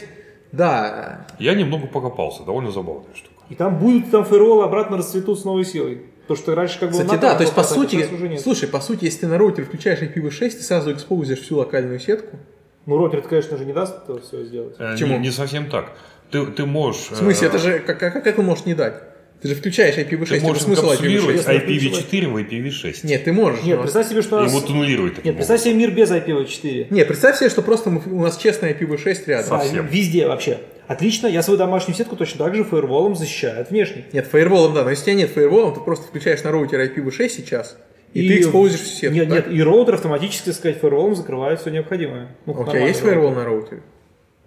Speaker 1: да,
Speaker 2: Я немного покопался, довольно забавная штука.
Speaker 3: И там будут там фаерволы обратно расцветут с новой силой. То, что раньше как бы...
Speaker 1: Кстати,
Speaker 3: надо
Speaker 1: да, то есть по
Speaker 3: было, а сейчас уже
Speaker 1: сути,
Speaker 3: нет.
Speaker 1: слушай, по сути, если ты на роутере включаешь IPv6, ты сразу экспозишь всю локальную сетку.
Speaker 3: Ну, роутер, конечно же, не даст это все сделать.
Speaker 2: Э,
Speaker 1: Почему?
Speaker 2: Не, не совсем так. Ты, ты можешь... э,
Speaker 1: В смысле, это же, как, как, как это можешь не дать? Ты же включаешь IPv6,
Speaker 2: Ты
Speaker 1: это
Speaker 2: можешь
Speaker 1: смысл
Speaker 2: инкапсулировать
Speaker 1: IPv6.
Speaker 2: IPv4 в IPv6.
Speaker 1: Нет, ты можешь.
Speaker 3: Нет,
Speaker 1: но-
Speaker 3: представь себе, что у нас...
Speaker 2: ну, Ему туннелирует
Speaker 3: Нет, представь себе мир без IPv4.
Speaker 1: Нет, представь себе, что просто мы- у нас честная IPv6 рядом.
Speaker 3: Да,
Speaker 2: совсем.
Speaker 3: А, везде вообще. Отлично, я свою домашнюю сетку точно так же фаерволом защищаю от внешних.
Speaker 1: Нет, фаерволом, да, но если у тебя нет фаервола, ты просто включаешь на роутере IPv6 сейчас, и, ты экспозишь всю сетку.
Speaker 3: Нет,
Speaker 1: так?
Speaker 3: нет, и роутер автоматически, так сказать, фаерволом закрывает все необходимое.
Speaker 1: А У
Speaker 3: Ну,
Speaker 1: тебя
Speaker 3: нормально,
Speaker 1: есть фаервол на роутере?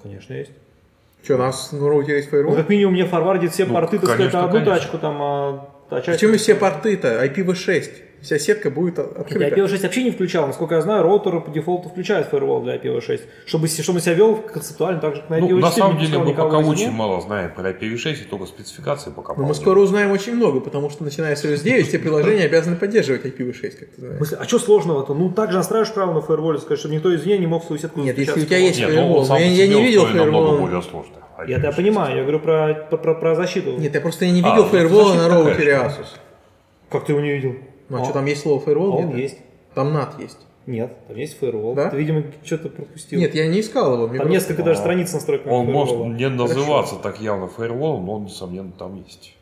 Speaker 3: Конечно, есть.
Speaker 1: Че, у нас на роутере есть
Speaker 3: Ну,
Speaker 1: фаервол?
Speaker 3: как минимум, мне форвардит все
Speaker 2: Ну,
Speaker 3: порты, так сказать,
Speaker 2: конечно,
Speaker 3: на одну
Speaker 2: конечно.
Speaker 3: тачку, там, а, а часть-
Speaker 1: Почему все порты-то? IPv6. Вся сетка будет о-
Speaker 3: Я
Speaker 1: открыта.
Speaker 3: IPv6 вообще не включал, насколько я знаю, роутер по дефолту включает фаервол для IPv6, чтобы, се- чтобы себя вел концептуально так же, как на IPv4.
Speaker 2: Ну, на самом
Speaker 3: не
Speaker 2: деле,
Speaker 3: пускал
Speaker 2: мы
Speaker 3: никого
Speaker 2: пока
Speaker 3: извне.
Speaker 2: очень мало знаем про IPv6, и только спецификации пока
Speaker 1: Но
Speaker 2: мало.
Speaker 1: мы скоро узнаем очень много, потому что начиная с iOS 9 все приложения обязаны поддерживать IPv6, как ты
Speaker 3: В
Speaker 1: знаешь.
Speaker 3: смысле, а что сложного-то? Ну, так же настраиваешь правила на фаерволе, сказать, чтобы никто извне не мог свою сетку
Speaker 1: Нет,
Speaker 3: защищать
Speaker 1: если у тебя
Speaker 3: от
Speaker 1: есть
Speaker 2: Нет,
Speaker 1: фаервол.
Speaker 2: ну, он сам
Speaker 1: Я-
Speaker 2: по
Speaker 1: я
Speaker 2: себе
Speaker 1: не видел
Speaker 2: устроен намного
Speaker 1: фаервол.
Speaker 2: более сложно.
Speaker 3: фаервола. Я-то понимаю, я говорю про, про, про- про защиту.
Speaker 1: Нет, я просто я не
Speaker 2: А,
Speaker 1: видел
Speaker 2: ну,
Speaker 1: фаервола
Speaker 2: значит,
Speaker 1: на
Speaker 2: такая
Speaker 1: роутере
Speaker 2: же.
Speaker 1: Asus.
Speaker 3: Как ты его не видел?
Speaker 1: Ну, а
Speaker 3: А.
Speaker 1: что, там есть слово
Speaker 3: А
Speaker 1: фаервол?
Speaker 3: он
Speaker 1: где-то?
Speaker 3: есть.
Speaker 1: Там NAT есть.
Speaker 3: Нет, там есть фаервол.
Speaker 1: Да?
Speaker 3: Ты, видимо, что-то пропустил.
Speaker 1: Нет, я не искал его. мне
Speaker 3: там
Speaker 1: просто-
Speaker 3: несколько даже страниц настроек.
Speaker 2: А, Он может
Speaker 3: фаервола.
Speaker 2: не называться так явно фаерволом, но он, несомненно, там есть.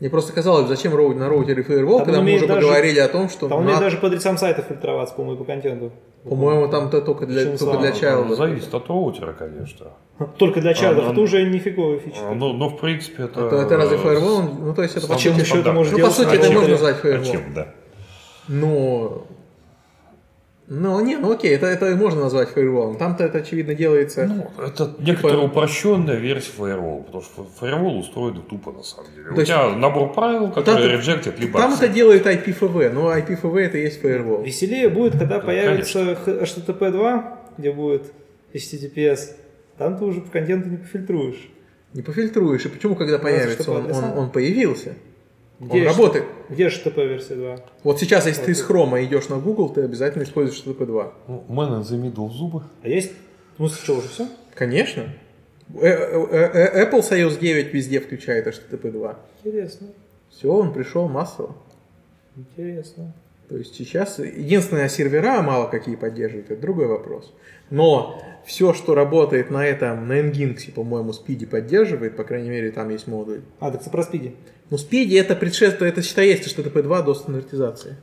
Speaker 1: Мне просто казалось, зачем роу- на роутере фаервол,
Speaker 3: Там
Speaker 1: когда
Speaker 3: он
Speaker 1: мы
Speaker 3: умеет
Speaker 1: уже
Speaker 3: даже-
Speaker 1: поговорили о том, что
Speaker 3: Там умеет
Speaker 1: NAT,
Speaker 3: даже по адресам сайта фильтроваться, по-моему, и по контенту.
Speaker 1: по-моему, там то только для,
Speaker 3: Чем
Speaker 1: только для
Speaker 3: самым,
Speaker 1: Child.
Speaker 2: Ну, Зависит от роутера, конечно.
Speaker 3: Только для чайлдов.
Speaker 2: А,
Speaker 3: это
Speaker 2: ну,
Speaker 3: уже нифиговая фича.
Speaker 2: А, Ну, но в принципе, это...
Speaker 1: А Это,
Speaker 3: А,
Speaker 1: это разве фаервол? Ну, то есть это
Speaker 2: Самый
Speaker 1: вообще...
Speaker 3: Чем еще это
Speaker 2: стандартный.
Speaker 3: может
Speaker 1: Ну, по
Speaker 3: делать?
Speaker 1: сути,
Speaker 2: А
Speaker 1: это
Speaker 2: чем?
Speaker 1: можно назвать
Speaker 2: А
Speaker 1: фаервол.
Speaker 2: чем, да.
Speaker 1: Но... Ну, не, ну окей, это, это и можно назвать фаерволом. Там-то это, очевидно, делается...
Speaker 2: Ну, это
Speaker 1: Типа-
Speaker 2: некоторая упрощенная версия фаервола, потому что фаервол устроен тупо, на самом деле. У
Speaker 1: То есть-
Speaker 2: тебя набор правил, которые
Speaker 1: ты-
Speaker 2: реджектят либо...
Speaker 1: Там это
Speaker 2: accept.
Speaker 1: делает IPFV, но IPFV это и есть фаервол.
Speaker 3: Веселее будет, когда появится х- HTTP 2, где будет HTTPS. Там ты уже по контенту не пофильтруешь.
Speaker 1: Не пофильтруешь. И почему, когда появится,
Speaker 3: что по
Speaker 1: он, он,
Speaker 3: адресам?
Speaker 1: он появился?
Speaker 3: Где
Speaker 1: он
Speaker 3: HTTP?
Speaker 1: работает.
Speaker 3: Где HTTP версия 2?
Speaker 1: Вот сейчас, если ты из хрома идешь на Google, ты обязательно используешь HTTP2.
Speaker 2: Ну, Man in the Middle в зубы.
Speaker 3: А есть? Ну, что, уже все?
Speaker 1: Конечно. Э, э, э, Apple Союз 9 везде включает HTTP2.
Speaker 3: Интересно.
Speaker 1: Все, он пришел массово.
Speaker 3: Интересно.
Speaker 1: То есть сейчас единственное сервера мало какие поддерживают, это другой вопрос. Но все, что работает на этом, на Nginx, по-моему, Speedy поддерживает, по крайней мере, там есть модуль.
Speaker 3: А, так это про спиди.
Speaker 1: Но Speedy это предшествует, это считается, что HTTP2 до стандартизации.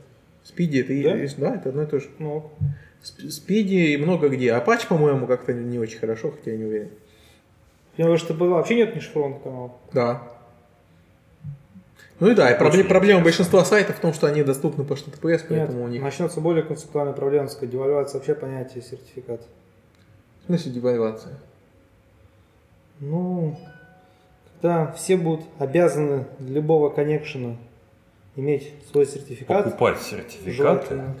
Speaker 1: Speedy это, и-
Speaker 3: Да?
Speaker 1: и- да? это одно и то же.
Speaker 3: Ну, ок.
Speaker 1: Сп- Speedy много где. Apache, по-моему, как-то не очень хорошо, хотя я не уверен.
Speaker 3: у него HTTP 2 вообще нет ни шифрованного канала. да
Speaker 1: Ну и да, и пробле-
Speaker 2: Очень
Speaker 1: проблема
Speaker 2: интересно.
Speaker 1: большинства сайтов в том, что они доступны по HTTPS,
Speaker 3: Нет,
Speaker 1: поэтому у них...
Speaker 3: начнется более концептуальная проблема, так сказать, девальвация вообще понятия сертификат.
Speaker 1: В смысле девальвация?
Speaker 3: Ну, когда все будут обязаны для любого коннекшена иметь свой сертификат,
Speaker 2: Покупать сертификаты.
Speaker 3: желательно.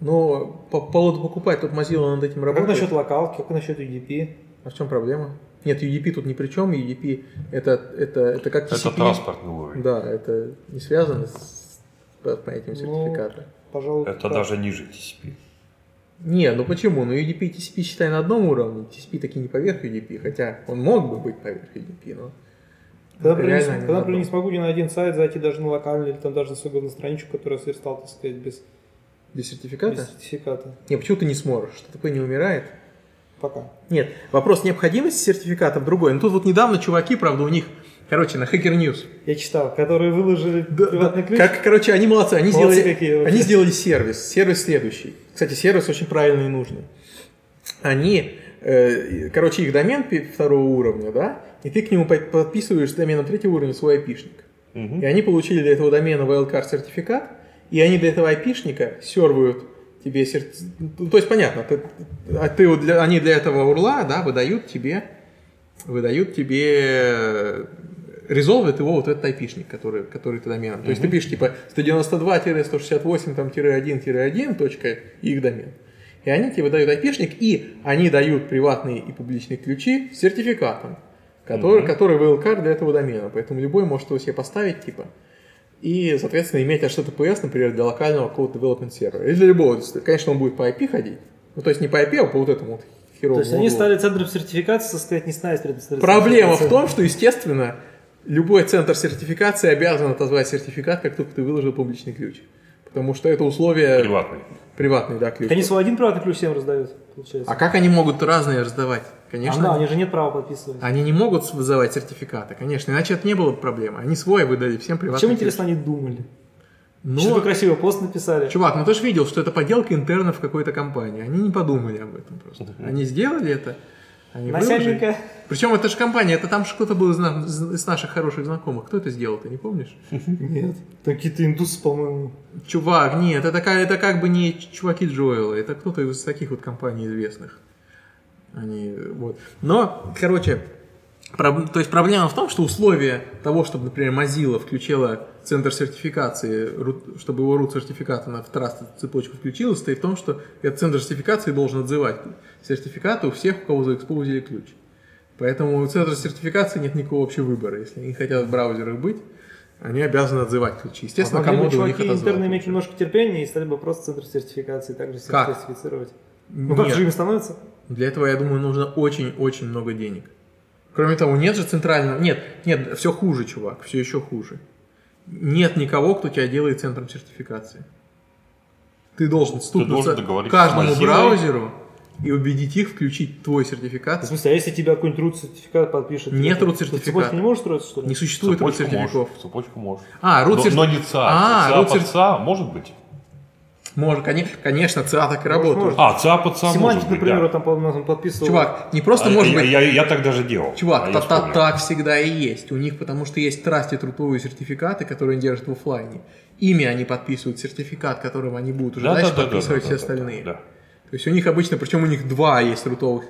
Speaker 1: Ну, по поводу покупать, тут Mozilla над этим
Speaker 3: А
Speaker 1: работает.
Speaker 3: как насчет локалки, как насчет UDP?
Speaker 1: А в чем проблема? Нет, UDP тут ни при чем. UDP это, это, это как
Speaker 2: Это
Speaker 1: TCP.
Speaker 2: транспортный уровень.
Speaker 1: Да, это не связано с по- понятием
Speaker 3: Ну,
Speaker 1: сертификата.
Speaker 3: Пожалуй,
Speaker 2: Это
Speaker 3: так.
Speaker 2: даже ниже TCP.
Speaker 1: Не, ну почему? Ну UDP и TCP считай на одном уровне, TCP таки не поверх UDP, хотя он мог бы быть поверх UDP, но... это
Speaker 3: Когда, например, не,
Speaker 1: реально
Speaker 3: см-
Speaker 1: не
Speaker 3: когда, например,
Speaker 1: надо.
Speaker 3: не смогу ни на один сайт зайти, даже на локальный, или там даже на свою главную страничку, которую я сверстал, так сказать, без,
Speaker 1: Без сертификата?
Speaker 3: без сертификата.
Speaker 1: Не, почему ты не сможешь? Что такое не умирает?
Speaker 3: Пока.
Speaker 1: Нет, вопрос необходимости сертификатов другой. Ну тут вот недавно чуваки, правда, у них, короче, на Hacker News.
Speaker 3: Я читал, которые выложили приватный ключ.
Speaker 1: Как, короче, они молодцы, они
Speaker 3: Молодцы
Speaker 1: сделали,
Speaker 3: какие вообще.
Speaker 1: они сделали сервис, сервис следующий. Кстати, сервис очень правильный и нужный. Они, э, короче, их домен пе- второго уровня, да, И ты к нему под- подписываешь доменом третьего уровня свой айпишник.
Speaker 2: Мгм.
Speaker 1: И они получили для этого домена wildcard сертификат, и они для этого айпишника сервуют тебе серт... Ну, то есть понятно, ты, а ты вот для- они для этого урла, да, выдают тебе, выдают тебе резолвит его вот этот айпишник, который, который ты доменом. То есть ты пишешь типа 192-168 там тире 1 тире 1 точка и их домен. И они тебе выдают айпишник, и они дают приватные и публичные ключи с сертификатом, который, который wildcard для этого домена. Поэтому любой может его себе поставить, типа, и, соответственно, иметь HTTPS, например, для локального какого-то development сервера. Или для любого. Конечно, он будет по IP ходить. Ну, то есть не по IP, а по вот этому вот
Speaker 3: То
Speaker 1: херовому
Speaker 3: есть они
Speaker 1: углу.
Speaker 3: стали центром сертификации, так сказать, не стали центром сертификации.
Speaker 1: Проблема в том, что, естественно, любой центр сертификации обязан отозвать сертификат, как только ты выложил публичный ключ. Потому что это условие...
Speaker 2: Приватный.
Speaker 1: Приватный, да, ключ.
Speaker 3: Так они свой один приватный ключ всем раздают, получается.
Speaker 1: А как они могут разные раздавать?
Speaker 3: А, да,
Speaker 1: Конечно, А,
Speaker 3: у них же нет права подписывать.
Speaker 1: они не могут вызывать сертификаты, конечно, иначе это не было бы проблемы. Они свой выдали всем приватный
Speaker 3: Чем,
Speaker 1: ключ.
Speaker 3: интересно, они думали?
Speaker 1: Ну,
Speaker 3: Что-то красивый пост написали.
Speaker 1: Чувак, ну ты же видел, что это поделка интернов какой-то компании. Они не подумали об этом просто. Они сделали это. Они
Speaker 3: Насядненько.
Speaker 1: Причем это же компания, это там же кто-то был из, нам- из наших хороших знакомых. Кто это сделал, ты не помнишь?
Speaker 3: Нет. Там какие-то индусы, по-моему.
Speaker 1: Чувак, нет, это, ка- это как бы не ч- чуваки Джоэла, это кто-то из таких вот компаний известных. Они, э, вот. Но, короче, проб- то есть проблема в том, что условия того, чтобы, например, Mozilla включила центр сертификации, рут- чтобы его root сертификат она в Trust цепочку включила, стоит в том, что этот центр сертификации должен отзывать сертификаты у всех, у кого заэкспоузили ключ. Поэтому у центра сертификации нет никакого вообще выбора. Если они хотят в браузерах быть, они обязаны отзывать ключи. Естественно,
Speaker 3: А могли бы
Speaker 1: комоды у них
Speaker 3: чуваки
Speaker 1: отозвал
Speaker 3: интерны иметь
Speaker 1: ключи.
Speaker 3: немножко терпения и стали бы просто центр сертификации также
Speaker 1: Как?
Speaker 3: сертифицировать. Ну как
Speaker 1: Нет.
Speaker 3: же им становится?
Speaker 1: Для этого, я думаю, нужно очень-очень много денег. Кроме того, нет же центрального... Нет, нет, все хуже, чувак, все еще хуже. Нет никого, кто тебя делает центром сертификации. Ты должен стукнуться
Speaker 2: договориться с
Speaker 1: каждому
Speaker 2: Mozilla.
Speaker 1: браузеру и убедить их включить твой сертификат.
Speaker 3: В смысле, а если тебя какой-нибудь рут сертификат подпишет?
Speaker 1: Нет
Speaker 3: ты-
Speaker 1: root
Speaker 3: ты
Speaker 1: сертификата.
Speaker 3: цепочку не можешь строиться, что ли?
Speaker 1: Не существует
Speaker 2: Цепочку
Speaker 1: сертификов.
Speaker 2: можешь, Цепочку можешь.
Speaker 1: А,
Speaker 2: Но,
Speaker 1: рут
Speaker 2: но не ЦА.
Speaker 1: А,
Speaker 2: ЦА
Speaker 1: root
Speaker 2: под
Speaker 1: сер-
Speaker 2: ЦА может быть?
Speaker 1: Может, коне- конечно, ЦА так и работает.
Speaker 3: может.
Speaker 2: А, ЦА под ЦА может
Speaker 3: Семантик,
Speaker 2: быть,
Speaker 3: например,
Speaker 2: да. А,
Speaker 3: вот там, по-моему, там подписывал.
Speaker 1: Чувак, не просто может
Speaker 2: я,
Speaker 1: быть...
Speaker 2: я- я так даже делал. А
Speaker 1: Чувак,
Speaker 2: я
Speaker 1: та- та-
Speaker 2: вспомнил.
Speaker 1: так всегда и есть. У них потому что есть трасти трудовые сертификаты, которые они держат в оффлайне. Ими они подписывают сертификат, которым они будут уже
Speaker 2: Да, да,
Speaker 1: дальше
Speaker 2: да, да,
Speaker 1: подписывать
Speaker 2: да,
Speaker 1: все
Speaker 2: да,
Speaker 1: остальные.
Speaker 2: да.
Speaker 1: То есть у них обычно, причем у них два есть рутовых.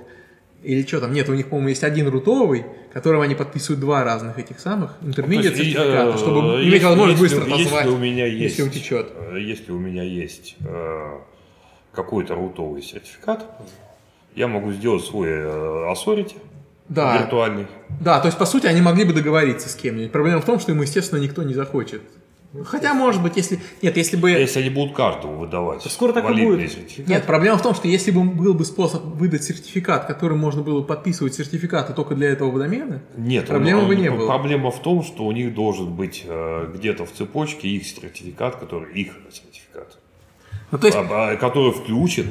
Speaker 1: Или что там? Нет, у них, по-моему, есть один рутовый, которым они подписывают два разных этих самых интермедиат
Speaker 2: То есть, и,
Speaker 1: сертификата,
Speaker 2: э,
Speaker 1: чтобы
Speaker 2: если-
Speaker 1: иметь возможность
Speaker 2: если-
Speaker 1: быстро позвать,
Speaker 2: Если у меня есть,
Speaker 1: если утечет.
Speaker 2: э, Если у меня есть э, какой-то рутовый сертификат, я могу сделать свой э, Authority
Speaker 1: Да.
Speaker 2: виртуальный.
Speaker 1: Да, то есть, по сути, они могли бы договориться с кем-нибудь. Проблема в том, что ему, естественно, никто не захочет. Хотя, может быть, если... Нет, если бы...
Speaker 2: Если они будут каждому выдавать
Speaker 3: Скоро так и
Speaker 2: валидные
Speaker 3: будет.
Speaker 2: сертификаты.
Speaker 1: Нет, проблема в том, что если бы был бы способ выдать сертификат, которым можно было бы подписывать сертификаты только для этого домена,
Speaker 2: Нет,
Speaker 1: проблемы
Speaker 2: у-
Speaker 1: бы не
Speaker 2: у-
Speaker 1: было.
Speaker 2: Проблема в том, что у них должен быть э, где-то в цепочке их сертификат, который их сертификат,
Speaker 1: Ну, то есть,
Speaker 2: а, а, который включен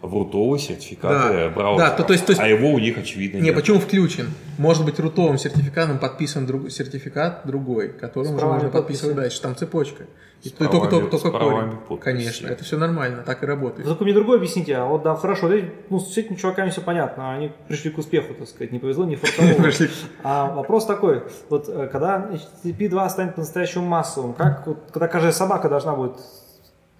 Speaker 2: в рутовый сертификат
Speaker 1: Да.
Speaker 2: э, браузера.
Speaker 1: Да, то- то есть- то есть-
Speaker 2: а его у них очевидно
Speaker 1: не,
Speaker 2: нет.
Speaker 1: почему включен? Может быть, рутовым сертификатом подписан друг- сертификат другой, которым уже
Speaker 3: правами
Speaker 1: можно
Speaker 3: подписан.
Speaker 1: подписывать дальше. Там цепочка. И
Speaker 2: правами-
Speaker 1: только, только,
Speaker 2: с
Speaker 1: только
Speaker 2: правами
Speaker 1: корень.
Speaker 2: подписи.
Speaker 1: Конечно, это все нормально, так и
Speaker 3: Вы
Speaker 1: работает.
Speaker 3: Только мне другое объясните, а вот да, хорошо, вот эти, ну, с этими чуваками все понятно, а они пришли к успеху, так сказать, не повезло, не фартовало.
Speaker 1: Пришли.
Speaker 3: А вопрос такой, вот э, когда HTTP2 станет по-настоящему массовым, как, вот, когда каждая собака должна будет...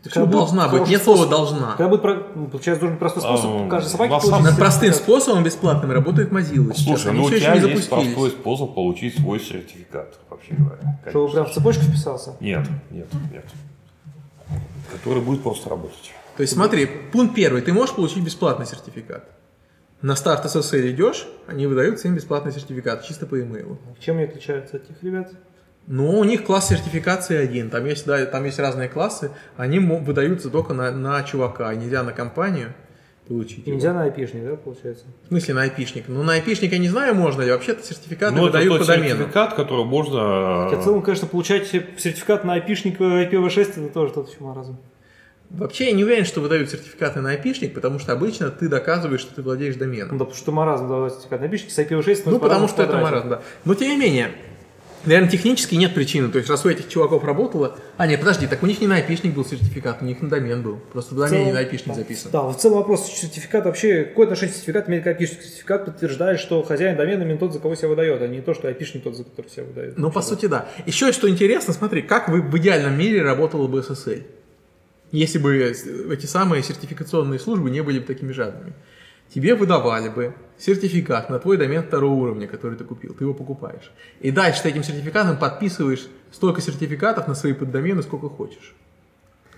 Speaker 1: Всё должна быть, нет слова должна.
Speaker 3: Когда будет, про- ну, получается, должен быть простой способ
Speaker 2: А,
Speaker 3: каждой собаке
Speaker 2: на самом
Speaker 3: получить
Speaker 1: Над
Speaker 2: деле-
Speaker 1: простым способом бесплатным работает Mozilla. сейчас.
Speaker 2: Слушай,
Speaker 1: Они
Speaker 2: ну у
Speaker 1: всё ещё
Speaker 2: тебя
Speaker 1: не
Speaker 2: есть
Speaker 1: запустились.
Speaker 2: простой способ получить свой сертификат, вообще говоря.
Speaker 3: сертификат, Чтобы
Speaker 2: Конечно.
Speaker 3: прям в цепочку вписался.
Speaker 2: Нет, нет, нет. Который будет просто работать.
Speaker 1: То есть смотри, пункт первый, ты можешь получить бесплатный сертификат. На старт SSL идешь, они выдают всем бесплатный сертификат, чисто по e
Speaker 3: Чем они отличаются от этих ребят?
Speaker 1: Но у них класс сертификации один, там есть, да, там есть разные классы, они мо- выдаются только на, на чувака, нельзя на компанию получить. его.
Speaker 3: Нельзя на айпишник, да, получается?
Speaker 1: В смысле на айпишник? Ну на айпишник я не знаю, можно ли, вообще-то сертификаты
Speaker 2: Ну, это
Speaker 1: выдают
Speaker 2: тот
Speaker 1: по домену.
Speaker 2: сертификат, который можно...
Speaker 3: Хотя в целом, конечно, получать сертификат на айпишник IPv6 это тоже тот еще маразм.
Speaker 1: Вообще я не уверен, что выдают сертификаты на айпишник, потому что обычно ты доказываешь, что ты владеешь доменом.
Speaker 3: Ну да, потому что маразм давать сертификат на айпишник, с IPv6
Speaker 1: Ну, потому что это
Speaker 3: квадрате.
Speaker 1: маразм, да. Но тем не менее, Наверное, технически нет причины. То есть, раз у этих чуваков работало... А, нет, подожди, так у них не на айпишник был сертификат, у них на домен был. Просто в домене на айпишник записан.
Speaker 3: Ну, Да, в целом вопрос сертификат вообще, какое отношение сертификат имеет к айпишнику? Сертификат подтверждает, что хозяин домена именно тот, за кого себя выдает, а не то, что айпишник тот, за который себя выдает.
Speaker 1: Ну, по сути, да. Еще что интересно, смотри, как вы в идеальном мире работала бы SSL, если бы э, эти самые сертификационные службы не были бы такими жадными. Тебе выдавали бы сертификат на твой домен второго уровня, который ты купил, ты его покупаешь. И дальше ты этим сертификатом подписываешь столько сертификатов на свои поддомены, сколько хочешь.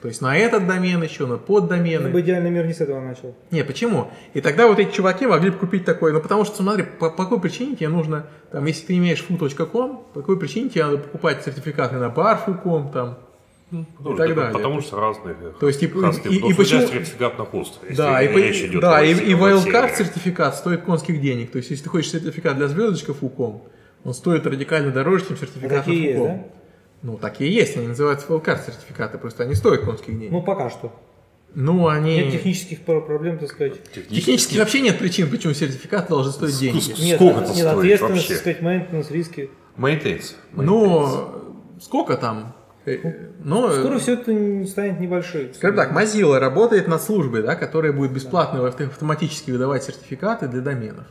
Speaker 1: То есть на этот домен еще, на
Speaker 3: Я бы
Speaker 1: поддомены.
Speaker 3: идеальный мир не с этого начал.
Speaker 1: Не, почему? И тогда вот эти чуваки могли бы купить такое. Ну, потому что, смотри, по, по какой причине тебе нужно, там, если ты имеешь fu.com, по какой причине тебе надо покупать сертификаты на barfu.com, там,
Speaker 2: Потому, что-
Speaker 1: и так далее.
Speaker 2: Ну, потому что разные. э,
Speaker 1: То есть, и-
Speaker 2: краски.
Speaker 1: и- и
Speaker 2: Потому что у тебя
Speaker 1: почему-
Speaker 2: сертификат на хост. если
Speaker 1: Да, и, по-
Speaker 2: речь идет
Speaker 1: да,
Speaker 2: о
Speaker 1: и,
Speaker 2: России,
Speaker 1: и
Speaker 2: о России.
Speaker 1: wildcard сертификат стоит конских денег. То есть, если ты хочешь сертификат для звездочка Фуком, он стоит радикально дороже, чем сертификат на
Speaker 3: Такие есть,
Speaker 1: Фуком.
Speaker 3: да?
Speaker 1: Ну, такие есть, они называются wildcard сертификаты, просто они стоят конских денег.
Speaker 3: Ну,
Speaker 1: Ну,
Speaker 3: пока что.
Speaker 1: они...
Speaker 3: Ну, Нет технических пр- проблем, так сказать.
Speaker 1: Технически вообще нет причин, почему сертификат должен стоить деньги.
Speaker 2: Ск-
Speaker 3: Нет,
Speaker 2: Сколько это
Speaker 3: нет
Speaker 2: стоит
Speaker 3: ответственности,
Speaker 2: вообще?
Speaker 3: так сказать, мейнтенанс, риски.
Speaker 2: Maintains. Maintains.
Speaker 1: Ну, сколько там? Э, Ну,
Speaker 3: Скоро все это не- станет небольшим.
Speaker 1: Скажем так, Mozilla работает над службой, да, которая будет бесплатно авто- автоматически выдавать сертификаты для доменов.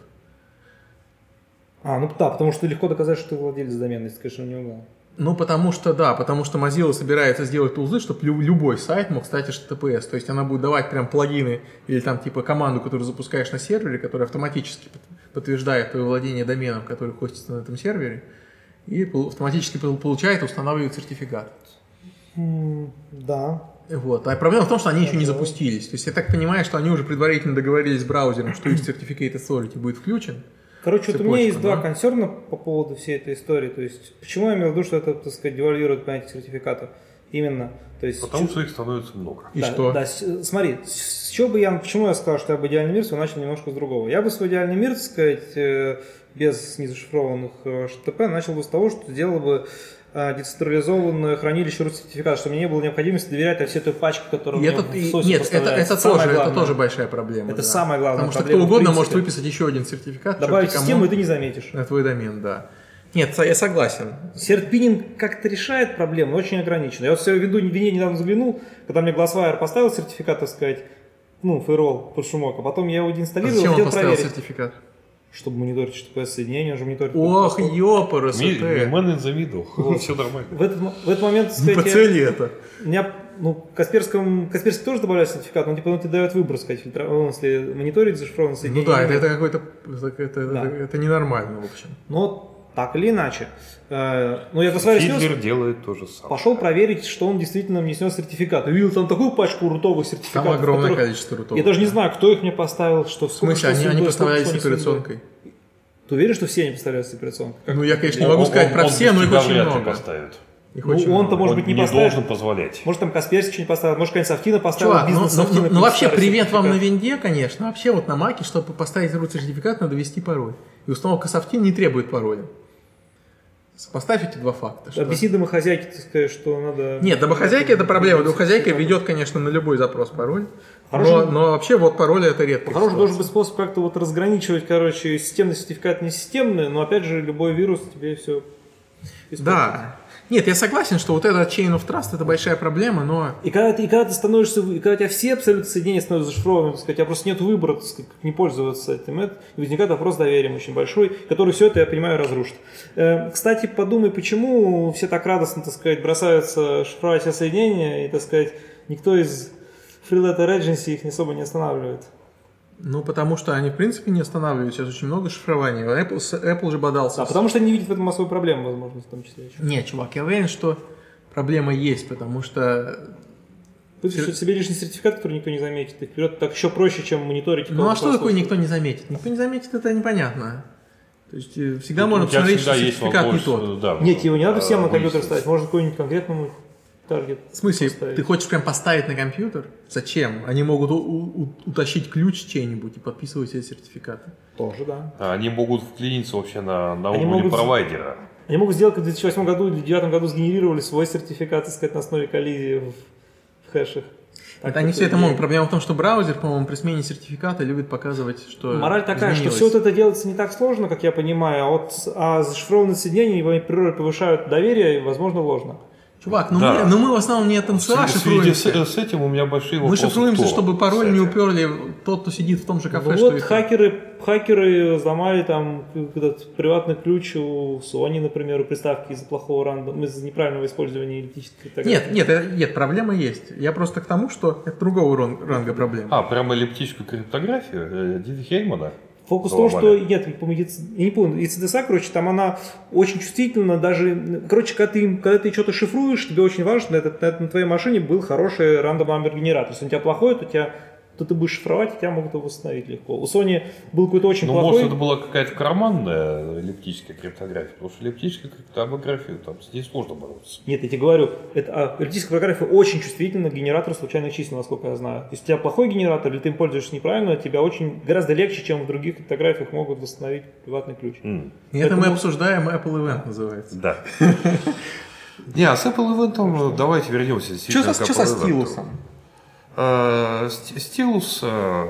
Speaker 3: А, ну да, потому что легко доказать, что ты владелец домена, если, конечно, не угадал.
Speaker 1: Ну, потому что, да, потому что Mozilla собирается сделать тулзы, чтобы любой сайт мог стать HTTPS. То есть она будет давать прям плагины или там типа команду, которую запускаешь на сервере, которая автоматически пот- подтверждает твое владение доменом, который хостится на этом сервере, и пол- автоматически пол- получает и устанавливает сертификат.
Speaker 3: М, Да.
Speaker 1: Вот. А проблема в том, что они еще не запустились. То есть я так понимаю, что они уже предварительно договорились с браузером, что их сертификат authority будет включен.
Speaker 3: Короче, вот у меня
Speaker 1: Цепочка, да.
Speaker 3: есть два консерна по поводу всей этой истории. То есть, почему я имел в виду, что это, так сказать, девальвирует понятие сертификата? Именно. То есть,
Speaker 2: Потому
Speaker 3: чё-
Speaker 2: что их становится много.
Speaker 1: И
Speaker 3: да,
Speaker 1: что?
Speaker 3: да, с- смотри, с с чего бы я, почему я сказал, что я бы идеальный мир, всё начал немножко с другого. Я бы свой идеальный мир, так сказать, э, без незашифрованных э, HTTP начал бы с того, что сделал бы э, децентрализованное хранилище root сертификата, чтобы мне не было необходимости доверять всей той пачке, которую
Speaker 1: И
Speaker 3: мне
Speaker 1: это,
Speaker 3: в
Speaker 1: и-
Speaker 3: сосе
Speaker 1: нет, это,
Speaker 3: поставляют.
Speaker 1: это,
Speaker 3: Самое
Speaker 1: тоже, это
Speaker 3: главное.
Speaker 1: тоже большая проблема.
Speaker 3: Это
Speaker 1: да.
Speaker 3: самая главная
Speaker 1: Потому что кто
Speaker 3: проблема,
Speaker 1: угодно
Speaker 3: в
Speaker 1: может
Speaker 3: принципе.
Speaker 1: выписать еще один сертификат.
Speaker 3: Добавить
Speaker 1: черти
Speaker 3: в
Speaker 1: кому,
Speaker 3: систему, и ты не заметишь.
Speaker 1: На твой домен, да. Нет, я согласен. А
Speaker 3: Серпининг как-то решает проблему, но очень ограниченно. Я вот все ввиду вине недавно заглянул, когда мне Glasswire поставил сертификат, так сказать, ну, фейрол под шумок, а потом я его
Speaker 1: А
Speaker 3: деинсталлировал,
Speaker 1: зачем он
Speaker 3: хотел
Speaker 1: поставил
Speaker 3: проверить,
Speaker 1: сертификат?
Speaker 3: чтобы мониторить HTTPS соединение, уже мониторить.
Speaker 1: Ох, ёпара,
Speaker 2: Ми-
Speaker 1: СТ.
Speaker 2: Man in the middle. Все нормально.
Speaker 3: В этот, м- в этот момент, так
Speaker 1: Не по
Speaker 3: сказать, я-
Speaker 1: цели это.
Speaker 3: у меня, ну, к Касперскому, Касперский тоже добавляет сертификат, но типа он тебе дает выбор, так сказать, фильтра... ну, если мониторить зашифрованное
Speaker 1: Ну
Speaker 3: соединение.
Speaker 1: да, это,
Speaker 3: или нет.
Speaker 1: это какой-то... Это, это,
Speaker 3: Да.
Speaker 1: это- это ненормально, в общем.
Speaker 3: Но так или иначе. Э, ну, я Glasswire снес,
Speaker 2: Фидлер делает то же самое.
Speaker 3: пошел проверить, что он действительно мне снес сертификат. И увидел там такую пачку рутовых сертификатов.
Speaker 1: Там огромное
Speaker 3: которых-
Speaker 1: количество рутов.
Speaker 3: Я даже не знаю, кто их мне поставил, что
Speaker 1: В смысле, они, они поставлялись операционкой.
Speaker 3: Ты уверен, что все они поставлялись с операционкой?
Speaker 1: Ну, я, конечно, не
Speaker 2: Он-
Speaker 1: могу
Speaker 2: он-
Speaker 1: сказать про
Speaker 2: он
Speaker 1: все, но их
Speaker 2: всегда
Speaker 1: очень
Speaker 2: вряд ли
Speaker 1: много.
Speaker 2: поставит.
Speaker 1: Их
Speaker 3: Ну,
Speaker 1: очень
Speaker 3: он-то
Speaker 1: много.
Speaker 3: Может быть,
Speaker 2: Он
Speaker 3: не
Speaker 2: не
Speaker 3: поставит.
Speaker 2: должен позволять.
Speaker 3: Может, там Касперский что-нибудь поставил, может, какая-нибудь Софтина поставила
Speaker 1: Чувак, ну,
Speaker 3: бизнес
Speaker 1: ну,
Speaker 3: Софтина
Speaker 1: ну,
Speaker 3: какой-то
Speaker 1: вообще
Speaker 3: старый
Speaker 1: привет вам на
Speaker 3: сертификат.
Speaker 1: винде, конечно. Вообще вот на маке, чтобы поставить root сертификат, надо ввести пароль. И установка софтин не требует пароля. Поставь эти два факта. что-
Speaker 3: Объясни домохозяйке, так сказать, что надо...
Speaker 1: Нет, домохозяйки это проблема. Домохозяйка ведет, конечно, на любой запрос пароль. Но,
Speaker 3: Хороший-
Speaker 1: но вообще вот пароль это редко.
Speaker 3: По-хорошему, должен быть способ как-то вот разграничивать, короче, системный сертификат, не системный, но, опять же, любой вирус тебе все...
Speaker 1: Да. Нет, я согласен, что вот этот chain of trust это большая проблема, но
Speaker 3: И когда, ты, и когда ты становишься, вы- и когда у тебя все абсолютно соединения становятся зашифрованными, так сказать, у тебя просто нет выбора, так сказать, как не пользоваться этим, это, и возникает вопрос доверия очень большой, который все это, я понимаю, разрушит. Э, Кстати, подумай, почему все так радостно, так сказать, бросаются шифровать все соединения, и, так сказать, никто из Freelater Agency их не особо не останавливает.
Speaker 1: ну потому что они в принципе не останавливают сейчас очень много шифрования. Apple, с- Apple же бодался.
Speaker 3: Да,
Speaker 1: с-
Speaker 3: А потому что они не видят в этом особой проблемы, возможно, в том числе еще.
Speaker 1: Нет, чувак, я уверен, что проблема есть, потому что
Speaker 3: Выпишут себе лишний сертификат, который никто не заметит, и вперед так еще проще, чем мониторить.
Speaker 1: Ну а что такое никто
Speaker 3: никто?
Speaker 1: не заметит? Никто не заметит, это непонятно. То есть э, всегда
Speaker 2: У
Speaker 1: можно
Speaker 2: тебя
Speaker 1: посмотреть,
Speaker 2: всегда
Speaker 1: что
Speaker 2: есть
Speaker 1: сертификат не тот.
Speaker 2: возможность, да,
Speaker 3: Нет, его не надо
Speaker 2: э,
Speaker 3: всем на компьютер
Speaker 2: выяснить.
Speaker 3: ставить, можно какой-нибудь конкретному таргет.
Speaker 2: э,
Speaker 1: В смысле,
Speaker 3: поставить.
Speaker 1: ты хочешь прям поставить на компьютер? Зачем? Они могут у- у- утащить ключ чей-нибудь и подписывать себе сертификаты.
Speaker 3: Тоже, да.
Speaker 2: А Они могут вклиниться вообще на, на
Speaker 3: Они
Speaker 2: уровне
Speaker 3: могут-
Speaker 2: провайдера.
Speaker 3: Они могут сделать, как в 2008 году или 2009 году сгенерировали свой сертификат, так сказать, на основе коллизии в, в хэшах.
Speaker 1: Это они все это могут. Проблема в том, что браузер, по-моему, при смене сертификата любит показывать, что
Speaker 3: Мораль такая, что
Speaker 1: изменилось.
Speaker 3: все вот это делается не так сложно, как я понимаю, а вот а зашифрованные соединения по природе повышают доверие, и, возможно, ложно.
Speaker 1: Чувак, ну,
Speaker 2: Да.
Speaker 1: мы, ну мы в основном не от
Speaker 2: В связи-
Speaker 1: НЦА
Speaker 2: в связи с,
Speaker 1: шифруемся.
Speaker 2: с этим у меня большие
Speaker 1: Мы
Speaker 2: вопросы.
Speaker 1: шифруемся,
Speaker 2: к Тору,
Speaker 1: чтобы пароль не
Speaker 2: кстати.
Speaker 1: уперли тот, кто сидит в том же кафе,
Speaker 3: Ну
Speaker 1: что
Speaker 3: вот
Speaker 1: и ты.
Speaker 3: хакеры, хакеры взломали там этот приватный ключ у Sony, например, у приставки из-за плохого рандома, из-за неправильного использования эллиптической
Speaker 1: Нет,
Speaker 3: фотографии.
Speaker 1: нет, э, нет, проблема есть. Я просто к тому, что это другого рон- ранга проблема.
Speaker 2: А, прямо эллиптическую криптографию э, Диди Хеймана?
Speaker 3: Фокус в том,
Speaker 2: Взломали.
Speaker 3: что нет, по медиц- я не помню, ECDSA, короче, там она очень чувствительна, даже, короче, когда ты, когда ты что-то шифруешь, тебе очень важно, чтобы на, этот- на этот- на твоей машине был хороший рандом номер генератор. Если он у тебя плохой, то, тебя, то ты будешь шифровать, и тебя могут его восстановить легко. У Sony был какой-то очень
Speaker 2: Ну,
Speaker 3: плохой.
Speaker 2: может, это была какая-то карманная эллиптическая криптография, потому что эллиптическая криптография, там, с ней сложно бороться.
Speaker 3: Нет, я тебе говорю, это, а, эльфийская фотография очень чувствительна к генератору случайных чисел, насколько я знаю. Если у тебя плохой генератор, или ты им пользуешься неправильно, тебя очень гораздо легче, чем в других фотографиях могут восстановить приватный ключ.
Speaker 2: М,
Speaker 1: И это мы
Speaker 3: поэтому-
Speaker 1: обсуждаем Apple Event называется.
Speaker 2: Да. Не, а с Apple Event давайте вернемся.
Speaker 1: Что
Speaker 2: действительно
Speaker 1: со,
Speaker 2: к
Speaker 1: чё со
Speaker 2: Apple Event.
Speaker 1: стилусом?
Speaker 2: Э, ст- Стилус, э,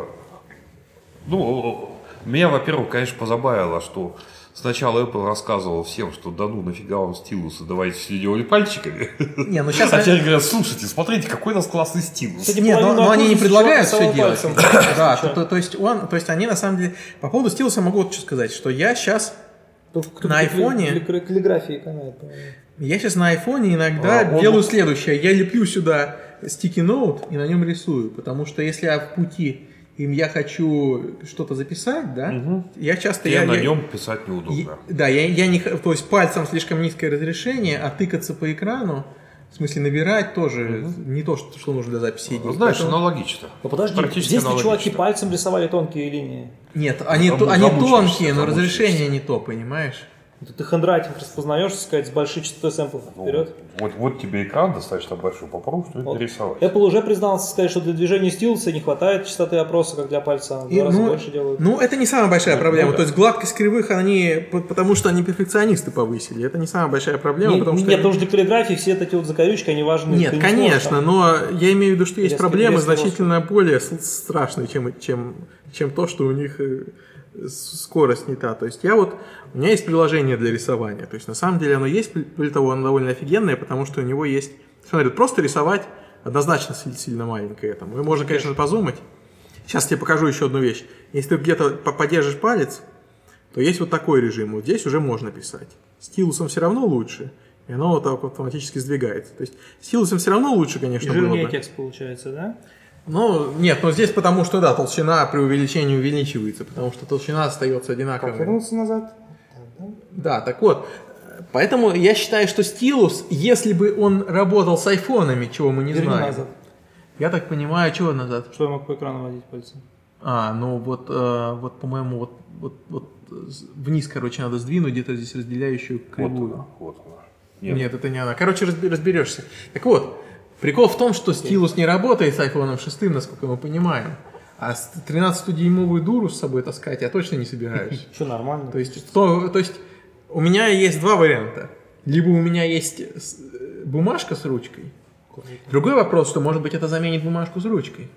Speaker 2: ну, меня, во-первых, конечно, позабавило, что сначала Apple рассказывал всем, что да ну, нафига вам стилусы, давайте все делали пальчиками.
Speaker 1: Не, ну сейчас...
Speaker 2: А теперь говорят, слушайте, смотрите, какой у нас классный стилус.
Speaker 3: Кстати,
Speaker 1: Не, но,
Speaker 3: половину
Speaker 1: но они не
Speaker 3: аккуратности
Speaker 1: предлагают все
Speaker 3: человек
Speaker 1: делать.
Speaker 3: пальцем.
Speaker 1: Да,
Speaker 3: Чё?
Speaker 1: то, то- то есть он, то есть они на самом деле по поводу стилуса могу вот что сказать, что я сейчас,
Speaker 3: Тут кто-то
Speaker 1: На
Speaker 3: калли-
Speaker 1: айфоне?
Speaker 3: калли- калли- Каллиграфии канает. по-моему.
Speaker 1: я сейчас на айфоне иногда
Speaker 2: А, он-
Speaker 1: делаю следующее, я леплю сюда стики ноут и на нем рисую, потому что если я в пути им я хочу что-то записать, да,
Speaker 2: Мгм.
Speaker 1: я часто
Speaker 2: Я
Speaker 1: я,
Speaker 2: на
Speaker 1: я-
Speaker 2: нем писать Ну, неудобно.
Speaker 1: Я- да, я, я не, х- то есть пальцем слишком низкое разрешение, а тыкаться по экрану, в смысле набирать тоже не то, что, что нужно для записи.
Speaker 2: Ну,
Speaker 1: делать.
Speaker 2: Знаешь,
Speaker 1: Поэтому-
Speaker 2: аналогично.
Speaker 3: Ну подожди,
Speaker 2: Практически
Speaker 3: здесь чуваки
Speaker 2: аналогично.
Speaker 3: пальцем рисовали тонкие линии.
Speaker 1: нет, они,
Speaker 2: Забу-
Speaker 1: то- они
Speaker 2: забучишься,
Speaker 1: тонкие, но
Speaker 2: забучишься.
Speaker 1: разрешение не то, понимаешь?
Speaker 3: Тут ты хендратинг распознаешь, так сказать, с большой частотой сэмплов
Speaker 2: Ну,
Speaker 3: вперед.
Speaker 2: Вот, вот тебе экран достаточно большой, попробуй что-нибудь
Speaker 3: Вот.
Speaker 2: нарисовать.
Speaker 3: Apple уже признался, сказать, что для движения стилуса не хватает частоты опроса, как для пальца. Она в
Speaker 1: И,
Speaker 3: Два раза
Speaker 1: ну,
Speaker 3: больше делают.
Speaker 1: Ну, это не самая большая
Speaker 2: Ну,
Speaker 1: проблема.
Speaker 2: да.
Speaker 1: То есть гладкость кривых, они, по- потому что они перфекционисты повысили. Это не самая большая проблема,
Speaker 3: Не-
Speaker 1: потому что...
Speaker 3: Нет, потому что для каллиграфии все эти вот закорючки, они важны.
Speaker 1: Нет,
Speaker 3: Ты не
Speaker 1: конечно,
Speaker 3: сможешь
Speaker 1: но я имею в виду, что есть
Speaker 3: Резко-
Speaker 1: проблемы
Speaker 3: резко
Speaker 1: значительно более с- страшные, чем, чем, чем то, что у них э, с- скорость не та. То есть я вот, у меня есть приложение для рисования. То есть на самом деле оно есть, пл- более того, оно довольно офигенное, потому что у него есть, смотри, просто рисовать однозначно си- сильно маленькое там. И можно, конечно, позумать. Сейчас тебе покажу еще одну вещь. Если ты где-то по- подержишь палец, то есть вот такой режим. Вот здесь уже можно писать. Стилусом все равно лучше. И оно вот так вот автоматически сдвигается. То есть стилусом все равно лучше,
Speaker 3: там. И
Speaker 1: конечно, было
Speaker 3: жирнее
Speaker 1: бы.
Speaker 3: текст получается, да?
Speaker 1: Ну, нет, но здесь потому что, да, толщина при увеличении увеличивается, потому что толщина остается одинаковой.
Speaker 3: назад?
Speaker 1: Да, так вот. Поэтому я считаю, что стилус, если бы он работал с айфонами, чего мы не
Speaker 3: Верни
Speaker 1: знаем.
Speaker 3: назад.
Speaker 1: Я так понимаю, чего назад?
Speaker 3: Что я мог по экрану водить пальцем?
Speaker 1: А, ну вот, э, вот по-моему, вот, вот, вот э, с- вниз, короче, надо сдвинуть где-то здесь разделяющую
Speaker 2: Вот
Speaker 1: кривую.
Speaker 2: она, вот она.
Speaker 1: Нет. это не она. Короче, разби- разберешься. Так вот, прикол в том, что стилус не работает с iPhone 6, насколько мы понимаем. А с 13-дюймовую дуру с собой таскать я точно не собираюсь.
Speaker 3: Что, нормально?
Speaker 1: То есть, то, то есть у меня есть два варианта. Либо у меня есть с- э, бумажка с ручкой. Другой вопрос, что, может быть, это заменит бумажку с ручкой.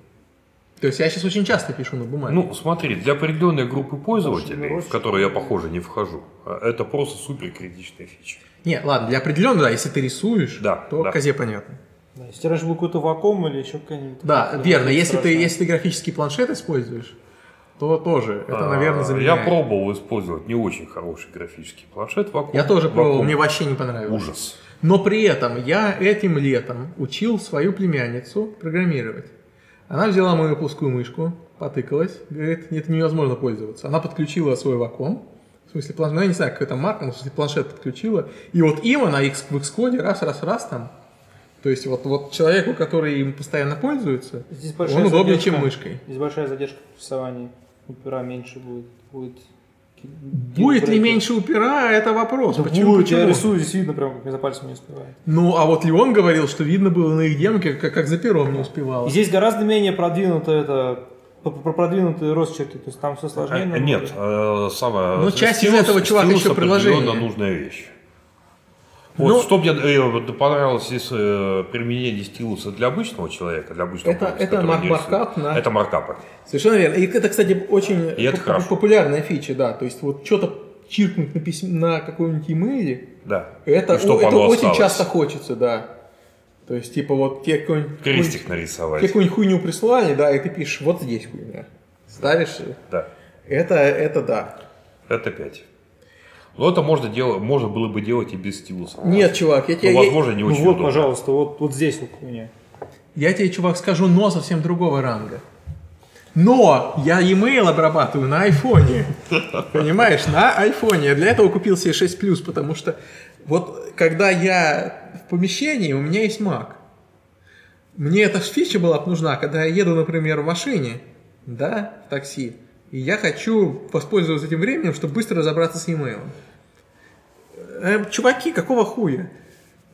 Speaker 1: То есть я сейчас очень часто пишу на бумаге.
Speaker 2: Ну, смотри, для определенной группы пользователей,
Speaker 3: Очень
Speaker 2: в которую я, похоже, не вхожу, а, это просто супер критичная фича.
Speaker 1: Не, ладно, для определенного, да, если ты рисуешь,
Speaker 2: Да,
Speaker 1: то
Speaker 2: да.
Speaker 1: козе понятно.
Speaker 3: Да, если раньше был какой-то вакуум или еще какая-нибудь...
Speaker 1: Да,
Speaker 3: такая
Speaker 1: верно. Если ты,
Speaker 3: страшная.
Speaker 1: если ты графический планшет используешь, то тоже. Это, наверное,
Speaker 2: А,
Speaker 1: заменяет.
Speaker 2: Я пробовал использовать не очень хороший графический планшет. Вакуум,
Speaker 1: Я тоже пробовал,
Speaker 2: Вакуум.
Speaker 1: мне вообще не понравилось.
Speaker 2: Ужас.
Speaker 1: Но при этом я этим летом учил свою племянницу программировать. Она взяла мою плоскую мышку, потыкалась, говорит, нет, невозможно пользоваться. Она подключила свой вакуум, в смысле планшет, ну я не знаю, какой там марка, но в смысле планшет подключила. И вот им она X- в Xcode раз-раз-раз там. То есть вот, вот человеку, который им постоянно пользуется,
Speaker 3: Здесь большая
Speaker 1: он удобнее,
Speaker 3: задержка.
Speaker 1: чем мышкой.
Speaker 3: Здесь большая задержка в рисовании. У пера меньше будет. Будет,
Speaker 1: Будет ли меньше упира, это вопрос. почему?
Speaker 3: Почему? Я
Speaker 1: почему?
Speaker 3: рисую, здесь видно прям, как я за пальцем не успеваю.
Speaker 1: Ну, а вот Леон говорил, что видно было на их демке, как, как за пером не
Speaker 3: И
Speaker 1: успевала.
Speaker 3: здесь гораздо менее продвинуто это п- п- продвинутые росчерки, то есть там
Speaker 1: А,
Speaker 3: все сложнее.
Speaker 2: Э,
Speaker 3: намного.
Speaker 2: Нет, э, самое...
Speaker 1: Ну, часть из этого, чувак,
Speaker 2: стилус
Speaker 1: еще
Speaker 2: определенно
Speaker 1: приложение.
Speaker 2: нужная вещь. Вот,
Speaker 1: Ну-
Speaker 2: что мне э, вот понравилось здесь э, применение стилуса для обычного человека, для обычного
Speaker 1: Это-
Speaker 2: пользователя,
Speaker 1: это
Speaker 2: который не
Speaker 1: маркап
Speaker 2: рисует.
Speaker 1: на-
Speaker 2: Это маркапы.
Speaker 1: Совершенно верно. И это, кстати, очень
Speaker 2: И это
Speaker 1: поп-
Speaker 2: хорошо.
Speaker 1: популярная фича, да. То есть вот что-то чиркнуть на, письм- на каком-нибудь e
Speaker 2: Да.
Speaker 1: это,
Speaker 2: И чтоб
Speaker 1: о- это
Speaker 2: оно
Speaker 1: очень
Speaker 2: осталось.
Speaker 1: часто хочется, да. То есть, типа, вот тебе какую-нибудь,
Speaker 2: Крестик
Speaker 1: тебе
Speaker 2: нарисовать.
Speaker 1: какую-нибудь хуйню прислали, да, и ты пишешь, вот здесь хуйня. Ставишь,
Speaker 2: Да.
Speaker 1: это, это да.
Speaker 2: Это 5. Но это можно, делать, можно было бы делать и без стилуса.
Speaker 1: Нет, чувак, я тебе,
Speaker 2: Ну,
Speaker 1: я-
Speaker 2: возможно, не
Speaker 3: Ну
Speaker 2: очень
Speaker 3: вот,
Speaker 2: удобно.
Speaker 3: пожалуйста, вот, вот здесь вот у меня.
Speaker 1: я тебе, чувак, скажу, но совсем другого ранга. Но я e-mail обрабатываю на айфоне. Понимаешь, на айфоне. Я для этого купил себе 6 плюс, потому что вот когда я в помещении, у меня есть Mac. Мне эта ж фича была б нужна, когда я еду, например, в машине, да, в такси, и я хочу воспользоваться этим временем, чтобы быстро разобраться с e-mail. Э, чуваки, какого хуя?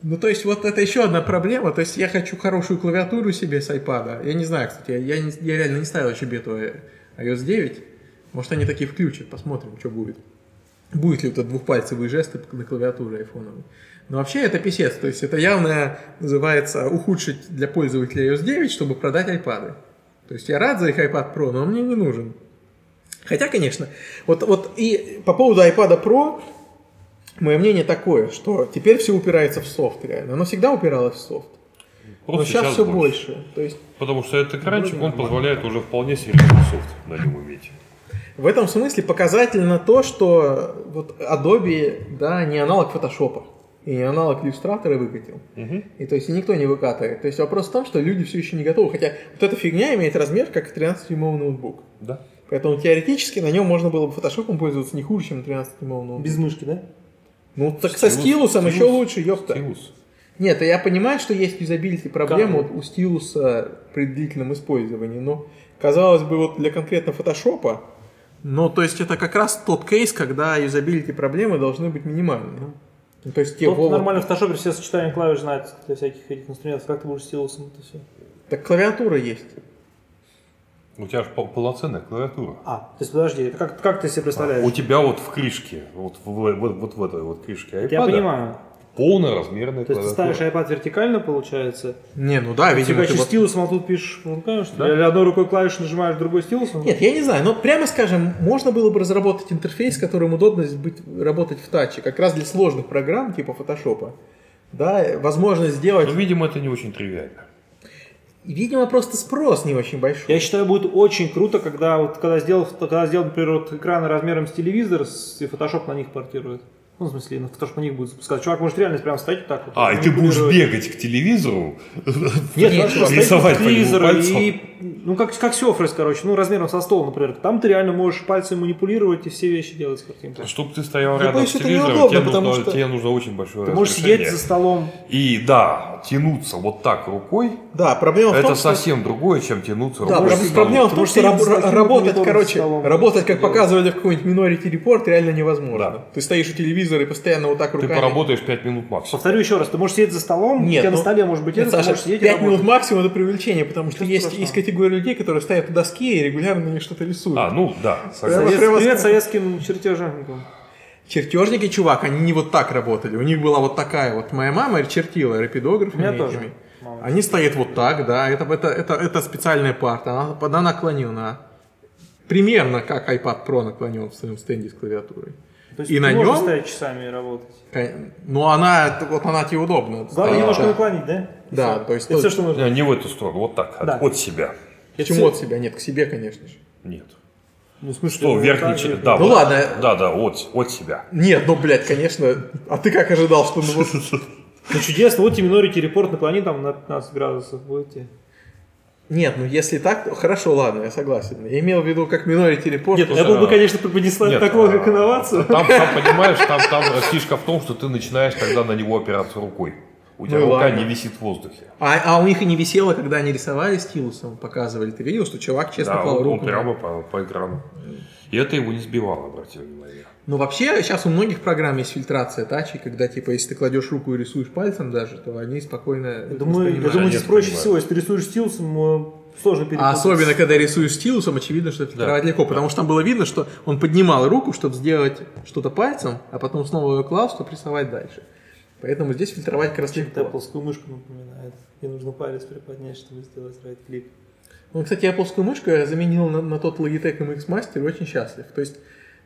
Speaker 1: Ну, то есть, вот это еще одна проблема. То есть, я хочу хорошую клавиатуру себе с iPad. Я не знаю, кстати, я, я не- я реально не ставил еще бету iOS 9. Может, они такие включат, посмотрим, что будет. Будет ли вот этот двухпальцевые жесты на клавиатуре айфоновой. Но вообще это писец. То есть, это явно называется ухудшить для пользователя iOS 9, чтобы продать iPad. То есть, я рад за их iPad Pro, но он мне не нужен. Хотя, конечно, вот, вот и по поводу iPad Pro, Мое мнение такое, что теперь все упирается в софт реально. Оно всегда упиралось в софт.
Speaker 2: Просто
Speaker 1: но сейчас, все больше. Ну, То есть
Speaker 2: Потому что этот экранчик, он позволяет уже вполне серьезный софт на нем иметь.
Speaker 1: в этом смысле показательно то, что вот Adobe, да, не аналог фотошопа. И не аналог иллюстратора выкатил.
Speaker 2: Мгм.
Speaker 1: И то есть и никто не выкатывает. То есть вопрос в том, что люди все еще не готовы. Хотя вот эта фигня имеет размер, как 13-дюймовый ноутбук.
Speaker 2: Да.
Speaker 1: Поэтому теоретически на нем можно было бы фотошопом пользоваться не хуже, чем 13-дюймовый ноутбук.
Speaker 3: Без мышки, да?
Speaker 1: Ну, так со
Speaker 2: Стилус,
Speaker 1: стилусом еще
Speaker 2: стилус,
Speaker 1: лучше, ёпта.
Speaker 2: Стилус.
Speaker 1: Нет, а я понимаю, что есть юзабилити проблемы
Speaker 3: Как?
Speaker 1: у стилуса при длительном использовании, но казалось бы, вот для конкретно фотошопа, ну, то есть это как раз тот кейс, когда юзабилити проблемы должны быть минимальны. Ну, то есть те
Speaker 3: Тот, кто
Speaker 1: Вова-
Speaker 3: нормально в фотошопе все сочетания клавиш знает для всяких этих инструментов. Как ты будешь стилусом это все?
Speaker 1: Так клавиатура есть.
Speaker 2: У тебя же пол- полноценная клавиатура.
Speaker 3: А, то есть подожди, это как, как ты себе представляешь?
Speaker 2: У тебя вот в крышке, вот в, в- вот- вот в этой вот крышке iPad,
Speaker 3: Я понимаю.
Speaker 2: полноразмерная
Speaker 3: То есть ты
Speaker 2: клавиатура.
Speaker 3: ставишь iPad вертикально, получается.
Speaker 1: Не, ну да, видимо,
Speaker 3: ты
Speaker 1: ты вот-
Speaker 3: стилусом, а тут пишешь руками, что ли?
Speaker 2: Да.
Speaker 3: Или одной рукой клавишу нажимаешь, другой стилусом?
Speaker 1: Нет, я не знаю, но прямо скажем, можно было бы разработать интерфейс, которым удобно быть, работать в таче, как раз для сложных программ типа фотошопа. Да, возможность сделать...
Speaker 2: Ну, видимо, это не очень тривиально.
Speaker 1: Видимо, просто спрос не очень большой.
Speaker 3: Я считаю, будет очень круто, когда вот когда сделал, когда сделал, например, вот экраны размером с телевизор, с- и Photoshop на них портирует. Ну, в смысле, на Photoshop на них будет запускаться. Чувак может реально прям стать вот так вот.
Speaker 1: Ну,
Speaker 2: А, и ты будешь
Speaker 3: манипулировать.
Speaker 2: бегать к телевизору,
Speaker 3: Нет,
Speaker 1: Нет,
Speaker 3: хорошо,
Speaker 1: чувак,
Speaker 3: стоит
Speaker 2: рисовать по нему
Speaker 3: телевизор
Speaker 2: пальцем.
Speaker 3: и, ну, как, как Сёфрес, короче, ну, размером со стол, например. Там ты реально можешь пальцем манипулировать и все вещи делать с картинкой.
Speaker 2: чтобы ты стоял
Speaker 1: Я
Speaker 2: рядом
Speaker 1: боюсь,
Speaker 2: с
Speaker 1: Типа это
Speaker 2: телевизором,
Speaker 1: неудобно,
Speaker 2: тебе
Speaker 1: потому
Speaker 2: нужно,
Speaker 1: что
Speaker 2: тебе нужно очень большое
Speaker 3: Ты можешь
Speaker 2: разрешение.
Speaker 3: сидеть за столом.
Speaker 2: И да, тянуться вот так рукой,
Speaker 1: Да, проблема Ну, в
Speaker 2: это
Speaker 1: том, что...
Speaker 2: совсем другое, чем тянуться
Speaker 1: Да,
Speaker 2: рукой.
Speaker 1: проб-
Speaker 2: к
Speaker 3: сидеть.
Speaker 1: проблема в том,
Speaker 3: Потому
Speaker 1: что
Speaker 3: что
Speaker 1: раб-
Speaker 3: с таким
Speaker 1: ра- работать,
Speaker 3: монитором
Speaker 1: короче,
Speaker 3: столом
Speaker 1: работать, как
Speaker 3: делать.
Speaker 1: показывали в какой-нибудь Minority Report, реально невозможно.
Speaker 2: Да.
Speaker 1: Ты стоишь у телевизора и постоянно вот так
Speaker 2: Ты
Speaker 1: руками...
Speaker 2: поработаешь 5 минут максимум.
Speaker 3: Повторю еще раз, ты можешь сидеть за столом,
Speaker 1: Нет,
Speaker 3: у тебя
Speaker 1: ну,
Speaker 3: на столе может быть
Speaker 1: Нет,
Speaker 3: это, ты
Speaker 1: Саша,
Speaker 3: можешь сидеть и
Speaker 1: 5
Speaker 3: работать.
Speaker 1: минут максимум это привлечение, потому что
Speaker 3: Ничего
Speaker 1: есть,
Speaker 3: страшного.
Speaker 1: есть категория людей, которые стоят у доски и регулярно на ней что-то рисуют.
Speaker 2: А, ну да, согласен.
Speaker 1: Прямо-
Speaker 3: Совет-
Speaker 1: прямо
Speaker 3: Привет
Speaker 1: скажу.
Speaker 3: советским чертежникам.
Speaker 1: Чертежники, чувак, они не вот так работали. У них была вот такая вот... Моя мама чертила рапидографами.
Speaker 3: У меня
Speaker 1: этими.
Speaker 3: тоже мама.
Speaker 1: Они стоят вот так, да. Это, это, это, это специальная парта. Она, она наклонена. Примерно как iPad Pro наклонен в своем стенде с клавиатурой.
Speaker 3: То есть
Speaker 1: И
Speaker 3: ты
Speaker 1: на
Speaker 3: можешь
Speaker 1: нем-
Speaker 3: стоять часами и работать.
Speaker 1: Кон- Ну, она, вот она тебе удобна.
Speaker 3: Главное
Speaker 1: А, Да.
Speaker 3: немножко наклонить, да? И
Speaker 1: Да,
Speaker 3: всё.
Speaker 1: то есть
Speaker 3: Это
Speaker 1: тут-
Speaker 3: все, что нужно.
Speaker 2: Не, не в эту сторону, вот так, от-
Speaker 3: Да.
Speaker 2: от себя.
Speaker 1: Почему от себя? Нет, к себе, конечно же.
Speaker 2: Нет.
Speaker 3: Ну, в смысле,
Speaker 2: Что,
Speaker 3: ну,
Speaker 2: верхний
Speaker 3: так
Speaker 2: ч-
Speaker 3: же.
Speaker 2: Да,
Speaker 1: Ну
Speaker 2: вот.
Speaker 1: ладно.
Speaker 2: Да, да, от, от себя.
Speaker 1: Нет, ну, блядь, конечно. А ты как ожидал, что... ну, вот-
Speaker 3: Ну, чудесно, вот тебе Minority Report наклони там на 15 градусов, будет тебе.
Speaker 1: Нет, ну, если так, то хорошо, ладно, я согласен. Я имел в виду, как Minority Report.
Speaker 3: Нет,
Speaker 2: Слушай,
Speaker 3: Apple бы,
Speaker 2: а-
Speaker 3: конечно, преподнесла
Speaker 2: Нет,
Speaker 3: такого,
Speaker 2: а,
Speaker 3: как инновацию.
Speaker 2: Там, там, понимаешь, там, там фишка в том, что ты начинаешь тогда на него опираться рукой. У тебя
Speaker 1: Ну и
Speaker 2: рука
Speaker 1: ладно.
Speaker 2: не висит в воздухе.
Speaker 1: А, а у них и не висело, когда они рисовали стилусом, показывали. Ты видел, что чувак честно
Speaker 2: да,
Speaker 1: клал
Speaker 2: он, он
Speaker 1: руку? на-
Speaker 2: прямо по, по экрану. И это его не сбивало, обратил внимание.
Speaker 1: Ну, вообще, сейчас у многих программ есть фильтрация тачи, когда, типа, если ты кладешь руку и рисуешь пальцем даже, то они спокойно... это
Speaker 3: Я думаю, я
Speaker 1: воспринимают.
Speaker 3: думаю, здесь
Speaker 2: Конечно,
Speaker 3: проще
Speaker 2: понимаю.
Speaker 3: всего, если ты рисуешь стилусом, э, сложно
Speaker 1: А
Speaker 3: перепутать.
Speaker 1: особенно, когда рисуешь стилусом, очевидно, что это фильтровать легко, потому что там было видно, что он поднимал руку, чтобы сделать что-то пальцем, а потом снова ее клал, чтобы рисовать дальше. Поэтому здесь фильтровать как раз
Speaker 3: Чем-то
Speaker 1: легко.
Speaker 3: Appleскую мышку напоминает. И нужно палец приподнять, чтобы сделать райт-клик.
Speaker 1: Ну, кстати, Appleскую мышку я заменил на, на тот Logitech MX Master и очень счастлив. То есть,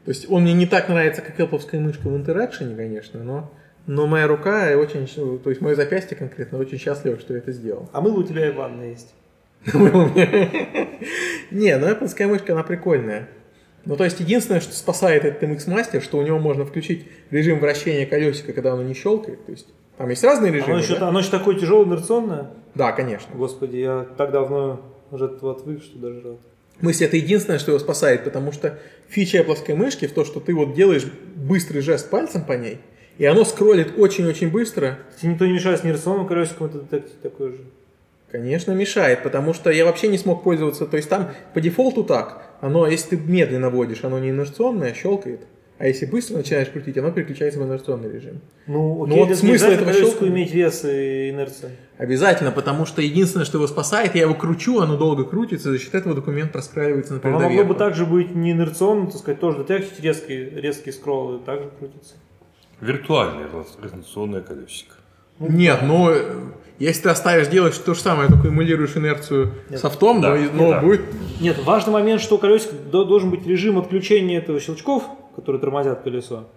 Speaker 1: то есть он мне не так нравится, как Appleская мышка в интеракшене, конечно, но, но моя рука и очень, то есть мое запястье конкретно очень счастливо, что я это сделал.
Speaker 3: А мыло у тебя и ванна есть.
Speaker 1: Было у меня. Не, ну Appleская мышка, она прикольная. Ну, то есть, единственное, что спасает этот MX Master, что у него можно включить режим вращения колесика, когда оно не щелкает. То есть, там есть разные режимы.
Speaker 3: Оно еще,
Speaker 1: да?
Speaker 3: оно еще такое тяжелое инерционное.
Speaker 1: да, конечно. вот
Speaker 3: Господи, я так давно уже от этого отвык, что даже рад.
Speaker 1: мысль это единственное, что его спасает, потому что фича Apple мышки в то, что ты вот делаешь быстрый жест пальцем по ней, и оно скроллит очень-очень быстро,
Speaker 3: Тебе никто не мешает с нерисованным колесиком, это детектив такой же.
Speaker 1: Конечно, мешает, потому что я вообще не смог пользоваться. То есть там по дефолту так, оно, если ты медленно водишь, оно не инерционное, а щелкает. А если быстро начинаешь крутить, оно переключается в инерционный режим.
Speaker 3: Ну,
Speaker 1: Ну, вот
Speaker 3: это не
Speaker 1: смысл
Speaker 3: обязательно
Speaker 1: этого
Speaker 3: колесику
Speaker 1: щелкания.
Speaker 3: иметь вес и инерцию.
Speaker 1: Обязательно, потому что единственное, что его спасает, я его кручу, оно долго крутится, за счет этого документ проскальзывается, например,
Speaker 3: Оно могло бы
Speaker 1: доверху.
Speaker 3: также быть не инерционным, так сказать, тоже детектить резкие, резкие скроллы, также крутится.
Speaker 2: Виртуальное раз- разноционное колесико.
Speaker 1: Нет, ну, э, если ты оставишь делать то же самое, только эмулируешь инерцию
Speaker 3: Нет.
Speaker 1: софтом,
Speaker 2: Да,
Speaker 1: но, и-
Speaker 2: не
Speaker 1: но
Speaker 2: так.
Speaker 1: будет...
Speaker 3: Нет, важный момент, что у колесика до- должен быть режим отключения этого щелчков, которые тормозят колесо.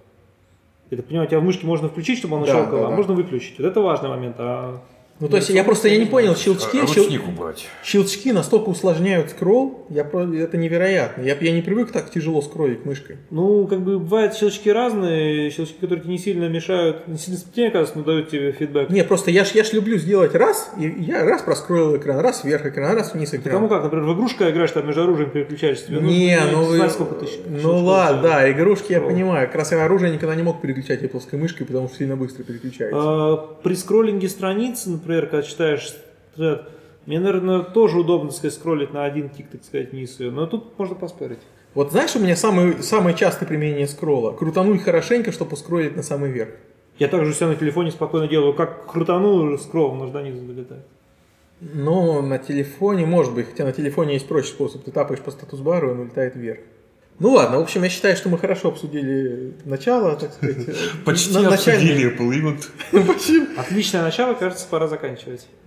Speaker 3: Это, понимаете, у тебя в мышке можно включить, чтобы оно
Speaker 1: Да,
Speaker 3: щелкало,
Speaker 1: да,
Speaker 3: а
Speaker 1: да.
Speaker 3: можно выключить. Вот это важный момент. А
Speaker 1: Ну, то есть я просто я не понял, щелчки...
Speaker 2: Э, Ручник
Speaker 1: щел-
Speaker 2: убрать.
Speaker 1: Щелчки настолько усложняют скролл, я, про- это невероятно. Я, я не привык так тяжело скроллить мышкой.
Speaker 3: Ну, как бы бывают щелчки разные, щелчки, которые тебе не сильно мешают, не сильно сопротивление оказывается, но дают тебе фидбэк.
Speaker 1: Не, просто я ж, я ж люблю сделать раз, и я раз проскролил экран, раз вверх экран, раз вниз
Speaker 3: Ты
Speaker 1: экран.
Speaker 3: кому как, например, в игрушку играешь, там между оружием переключаешься, тебе
Speaker 1: не,
Speaker 3: нужно,
Speaker 1: ну,
Speaker 3: не
Speaker 1: вы-
Speaker 3: знаю, сколько тысяч.
Speaker 1: ну ладно, да, игрушки я
Speaker 3: Скролл.
Speaker 1: понимаю. Как раз я оружие никогда не мог переключать я плоской мышкой, потому что сильно быстро переключается.
Speaker 3: Э, при скроллинге страницы, например, когда читаешь тред, мне, наверное, тоже удобно, так сказать, скроллить на один тик, так сказать, вниз ее, но тут можно поспорить.
Speaker 1: Вот знаешь, у меня самое, самое частое применение скролла. Крутануть хорошенько, чтобы скроллить на самый верх.
Speaker 3: Я также все на телефоне спокойно делаю, как крутанул скролл, но до низу долетает.
Speaker 1: Но на телефоне, может быть, хотя на телефоне есть проще способ. Ты тапаешь по статус-бару, и он улетает вверх. Ну ладно, в общем, я считаю, что мы хорошо обсудили начало, так сказать.
Speaker 2: Почти
Speaker 1: На- начальный-
Speaker 2: обсудили Apple, и вот
Speaker 1: Почти.
Speaker 3: Отличное начало, кажется, пора заканчивать.